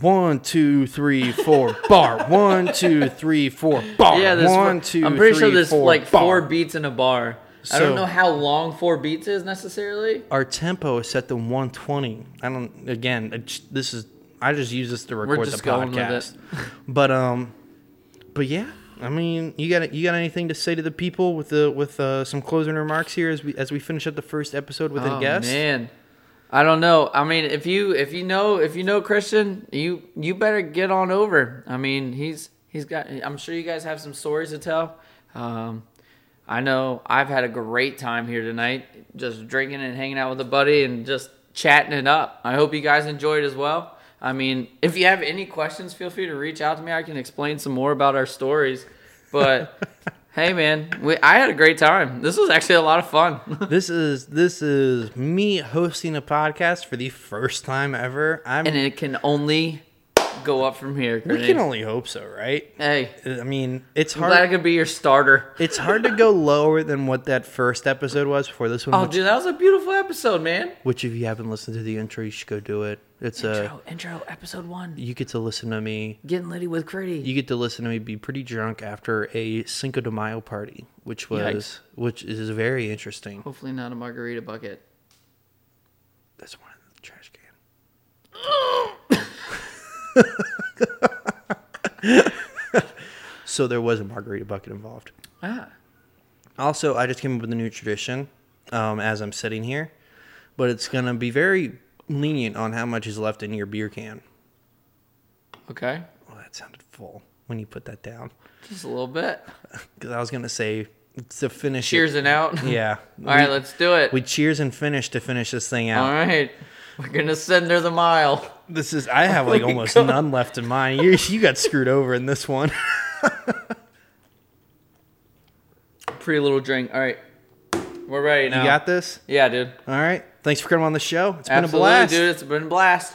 Speaker 1: one, two, three, four, bar. One, two, three, four, bar.
Speaker 2: Yeah, there's
Speaker 1: one,
Speaker 2: four-
Speaker 1: two,
Speaker 2: I'm pretty sure
Speaker 1: three,
Speaker 2: there's
Speaker 1: four,
Speaker 2: like
Speaker 1: bar.
Speaker 2: four beats in a bar. I
Speaker 1: So-
Speaker 2: don't know how long four beats is necessarily.
Speaker 1: Our tempo is set to 120. I don't. Again, it j- this is. I just use this to record
Speaker 2: just
Speaker 1: the
Speaker 2: going with
Speaker 1: podcast. But um, but yeah. I mean, you got you got anything to say to the people with the with uh, some closing remarks here as we as we finish up the first episode
Speaker 2: Oh,
Speaker 1: with a guest?
Speaker 2: man, I don't know. I mean, if you if you know if you know Christian, you you better get on over. I mean, he's he's got. I'm sure you guys have some stories to tell. Um, I know I've had a great time here tonight, just drinking and hanging out with a buddy and just chatting it up. I hope you guys enjoyed as well. I mean, if you have any questions, feel free to reach out to me. I can explain some more about our stories. But hey, man, we, I had a great time. This was actually a lot of fun.
Speaker 1: This is this is me hosting a podcast for the first time ever. I'm.
Speaker 2: and it can only go up from here.
Speaker 1: we
Speaker 2: Grenade.
Speaker 1: can only hope so, right? Uh,
Speaker 2: hey,
Speaker 1: I mean, it's
Speaker 2: I'm glad I
Speaker 1: hard.
Speaker 2: could be your starter.
Speaker 1: It's hard to go lower than what that first episode was for this one.
Speaker 2: Oh,
Speaker 1: which,
Speaker 2: dude, that was a beautiful episode, man.
Speaker 1: which, if you haven't listened to the intro, you should go do it. It's a
Speaker 2: intro, intro, episode one.
Speaker 1: you get to listen to me.
Speaker 2: Getting litty with Critty.
Speaker 1: You get to listen to me be pretty drunk after a Cinco de Mayo party, which was
Speaker 2: Yikes.
Speaker 1: which is very interesting.
Speaker 2: Hopefully not a margarita bucket.
Speaker 1: That's one in the trash can. so there was a margarita bucket involved.
Speaker 2: Ah,
Speaker 1: Also, I just came up with a new tradition um, as I'm sitting here, but it's going to be very lenient on how much is left in your beer can.
Speaker 2: okay,
Speaker 1: Well, that sounded full when you put that down.
Speaker 2: just a little bit.
Speaker 1: Because I was going to say to finish it-
Speaker 2: Cheers and out.
Speaker 1: Yeah.
Speaker 2: All right, let's do it.
Speaker 1: We cheers and finish to finish this thing out.
Speaker 2: All right, we're gonna send her the mile.
Speaker 1: This is I have like
Speaker 2: Oh my
Speaker 1: almost
Speaker 2: God.
Speaker 1: none left in mine. You you got screwed over in this one.
Speaker 2: Pretty little drink. All right, we're ready now.
Speaker 1: You got this?
Speaker 2: yeah, dude.
Speaker 1: All right. Thanks for coming on the show. It's been a
Speaker 2: Absolutely,
Speaker 1: blast.
Speaker 2: dude. It's been a blast.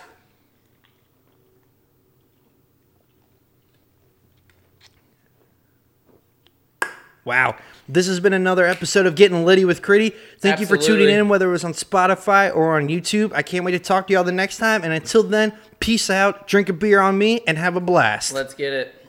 Speaker 1: Wow. This has been another episode of Getting Liddy with Critty. Thank you for
Speaker 2: Absolutely.
Speaker 1: tuning in, whether it was on Spotify or on YouTube. I can't wait to talk to y'all the next time. And until then, peace out, drink a beer on me, and have a blast.
Speaker 2: Let's get it.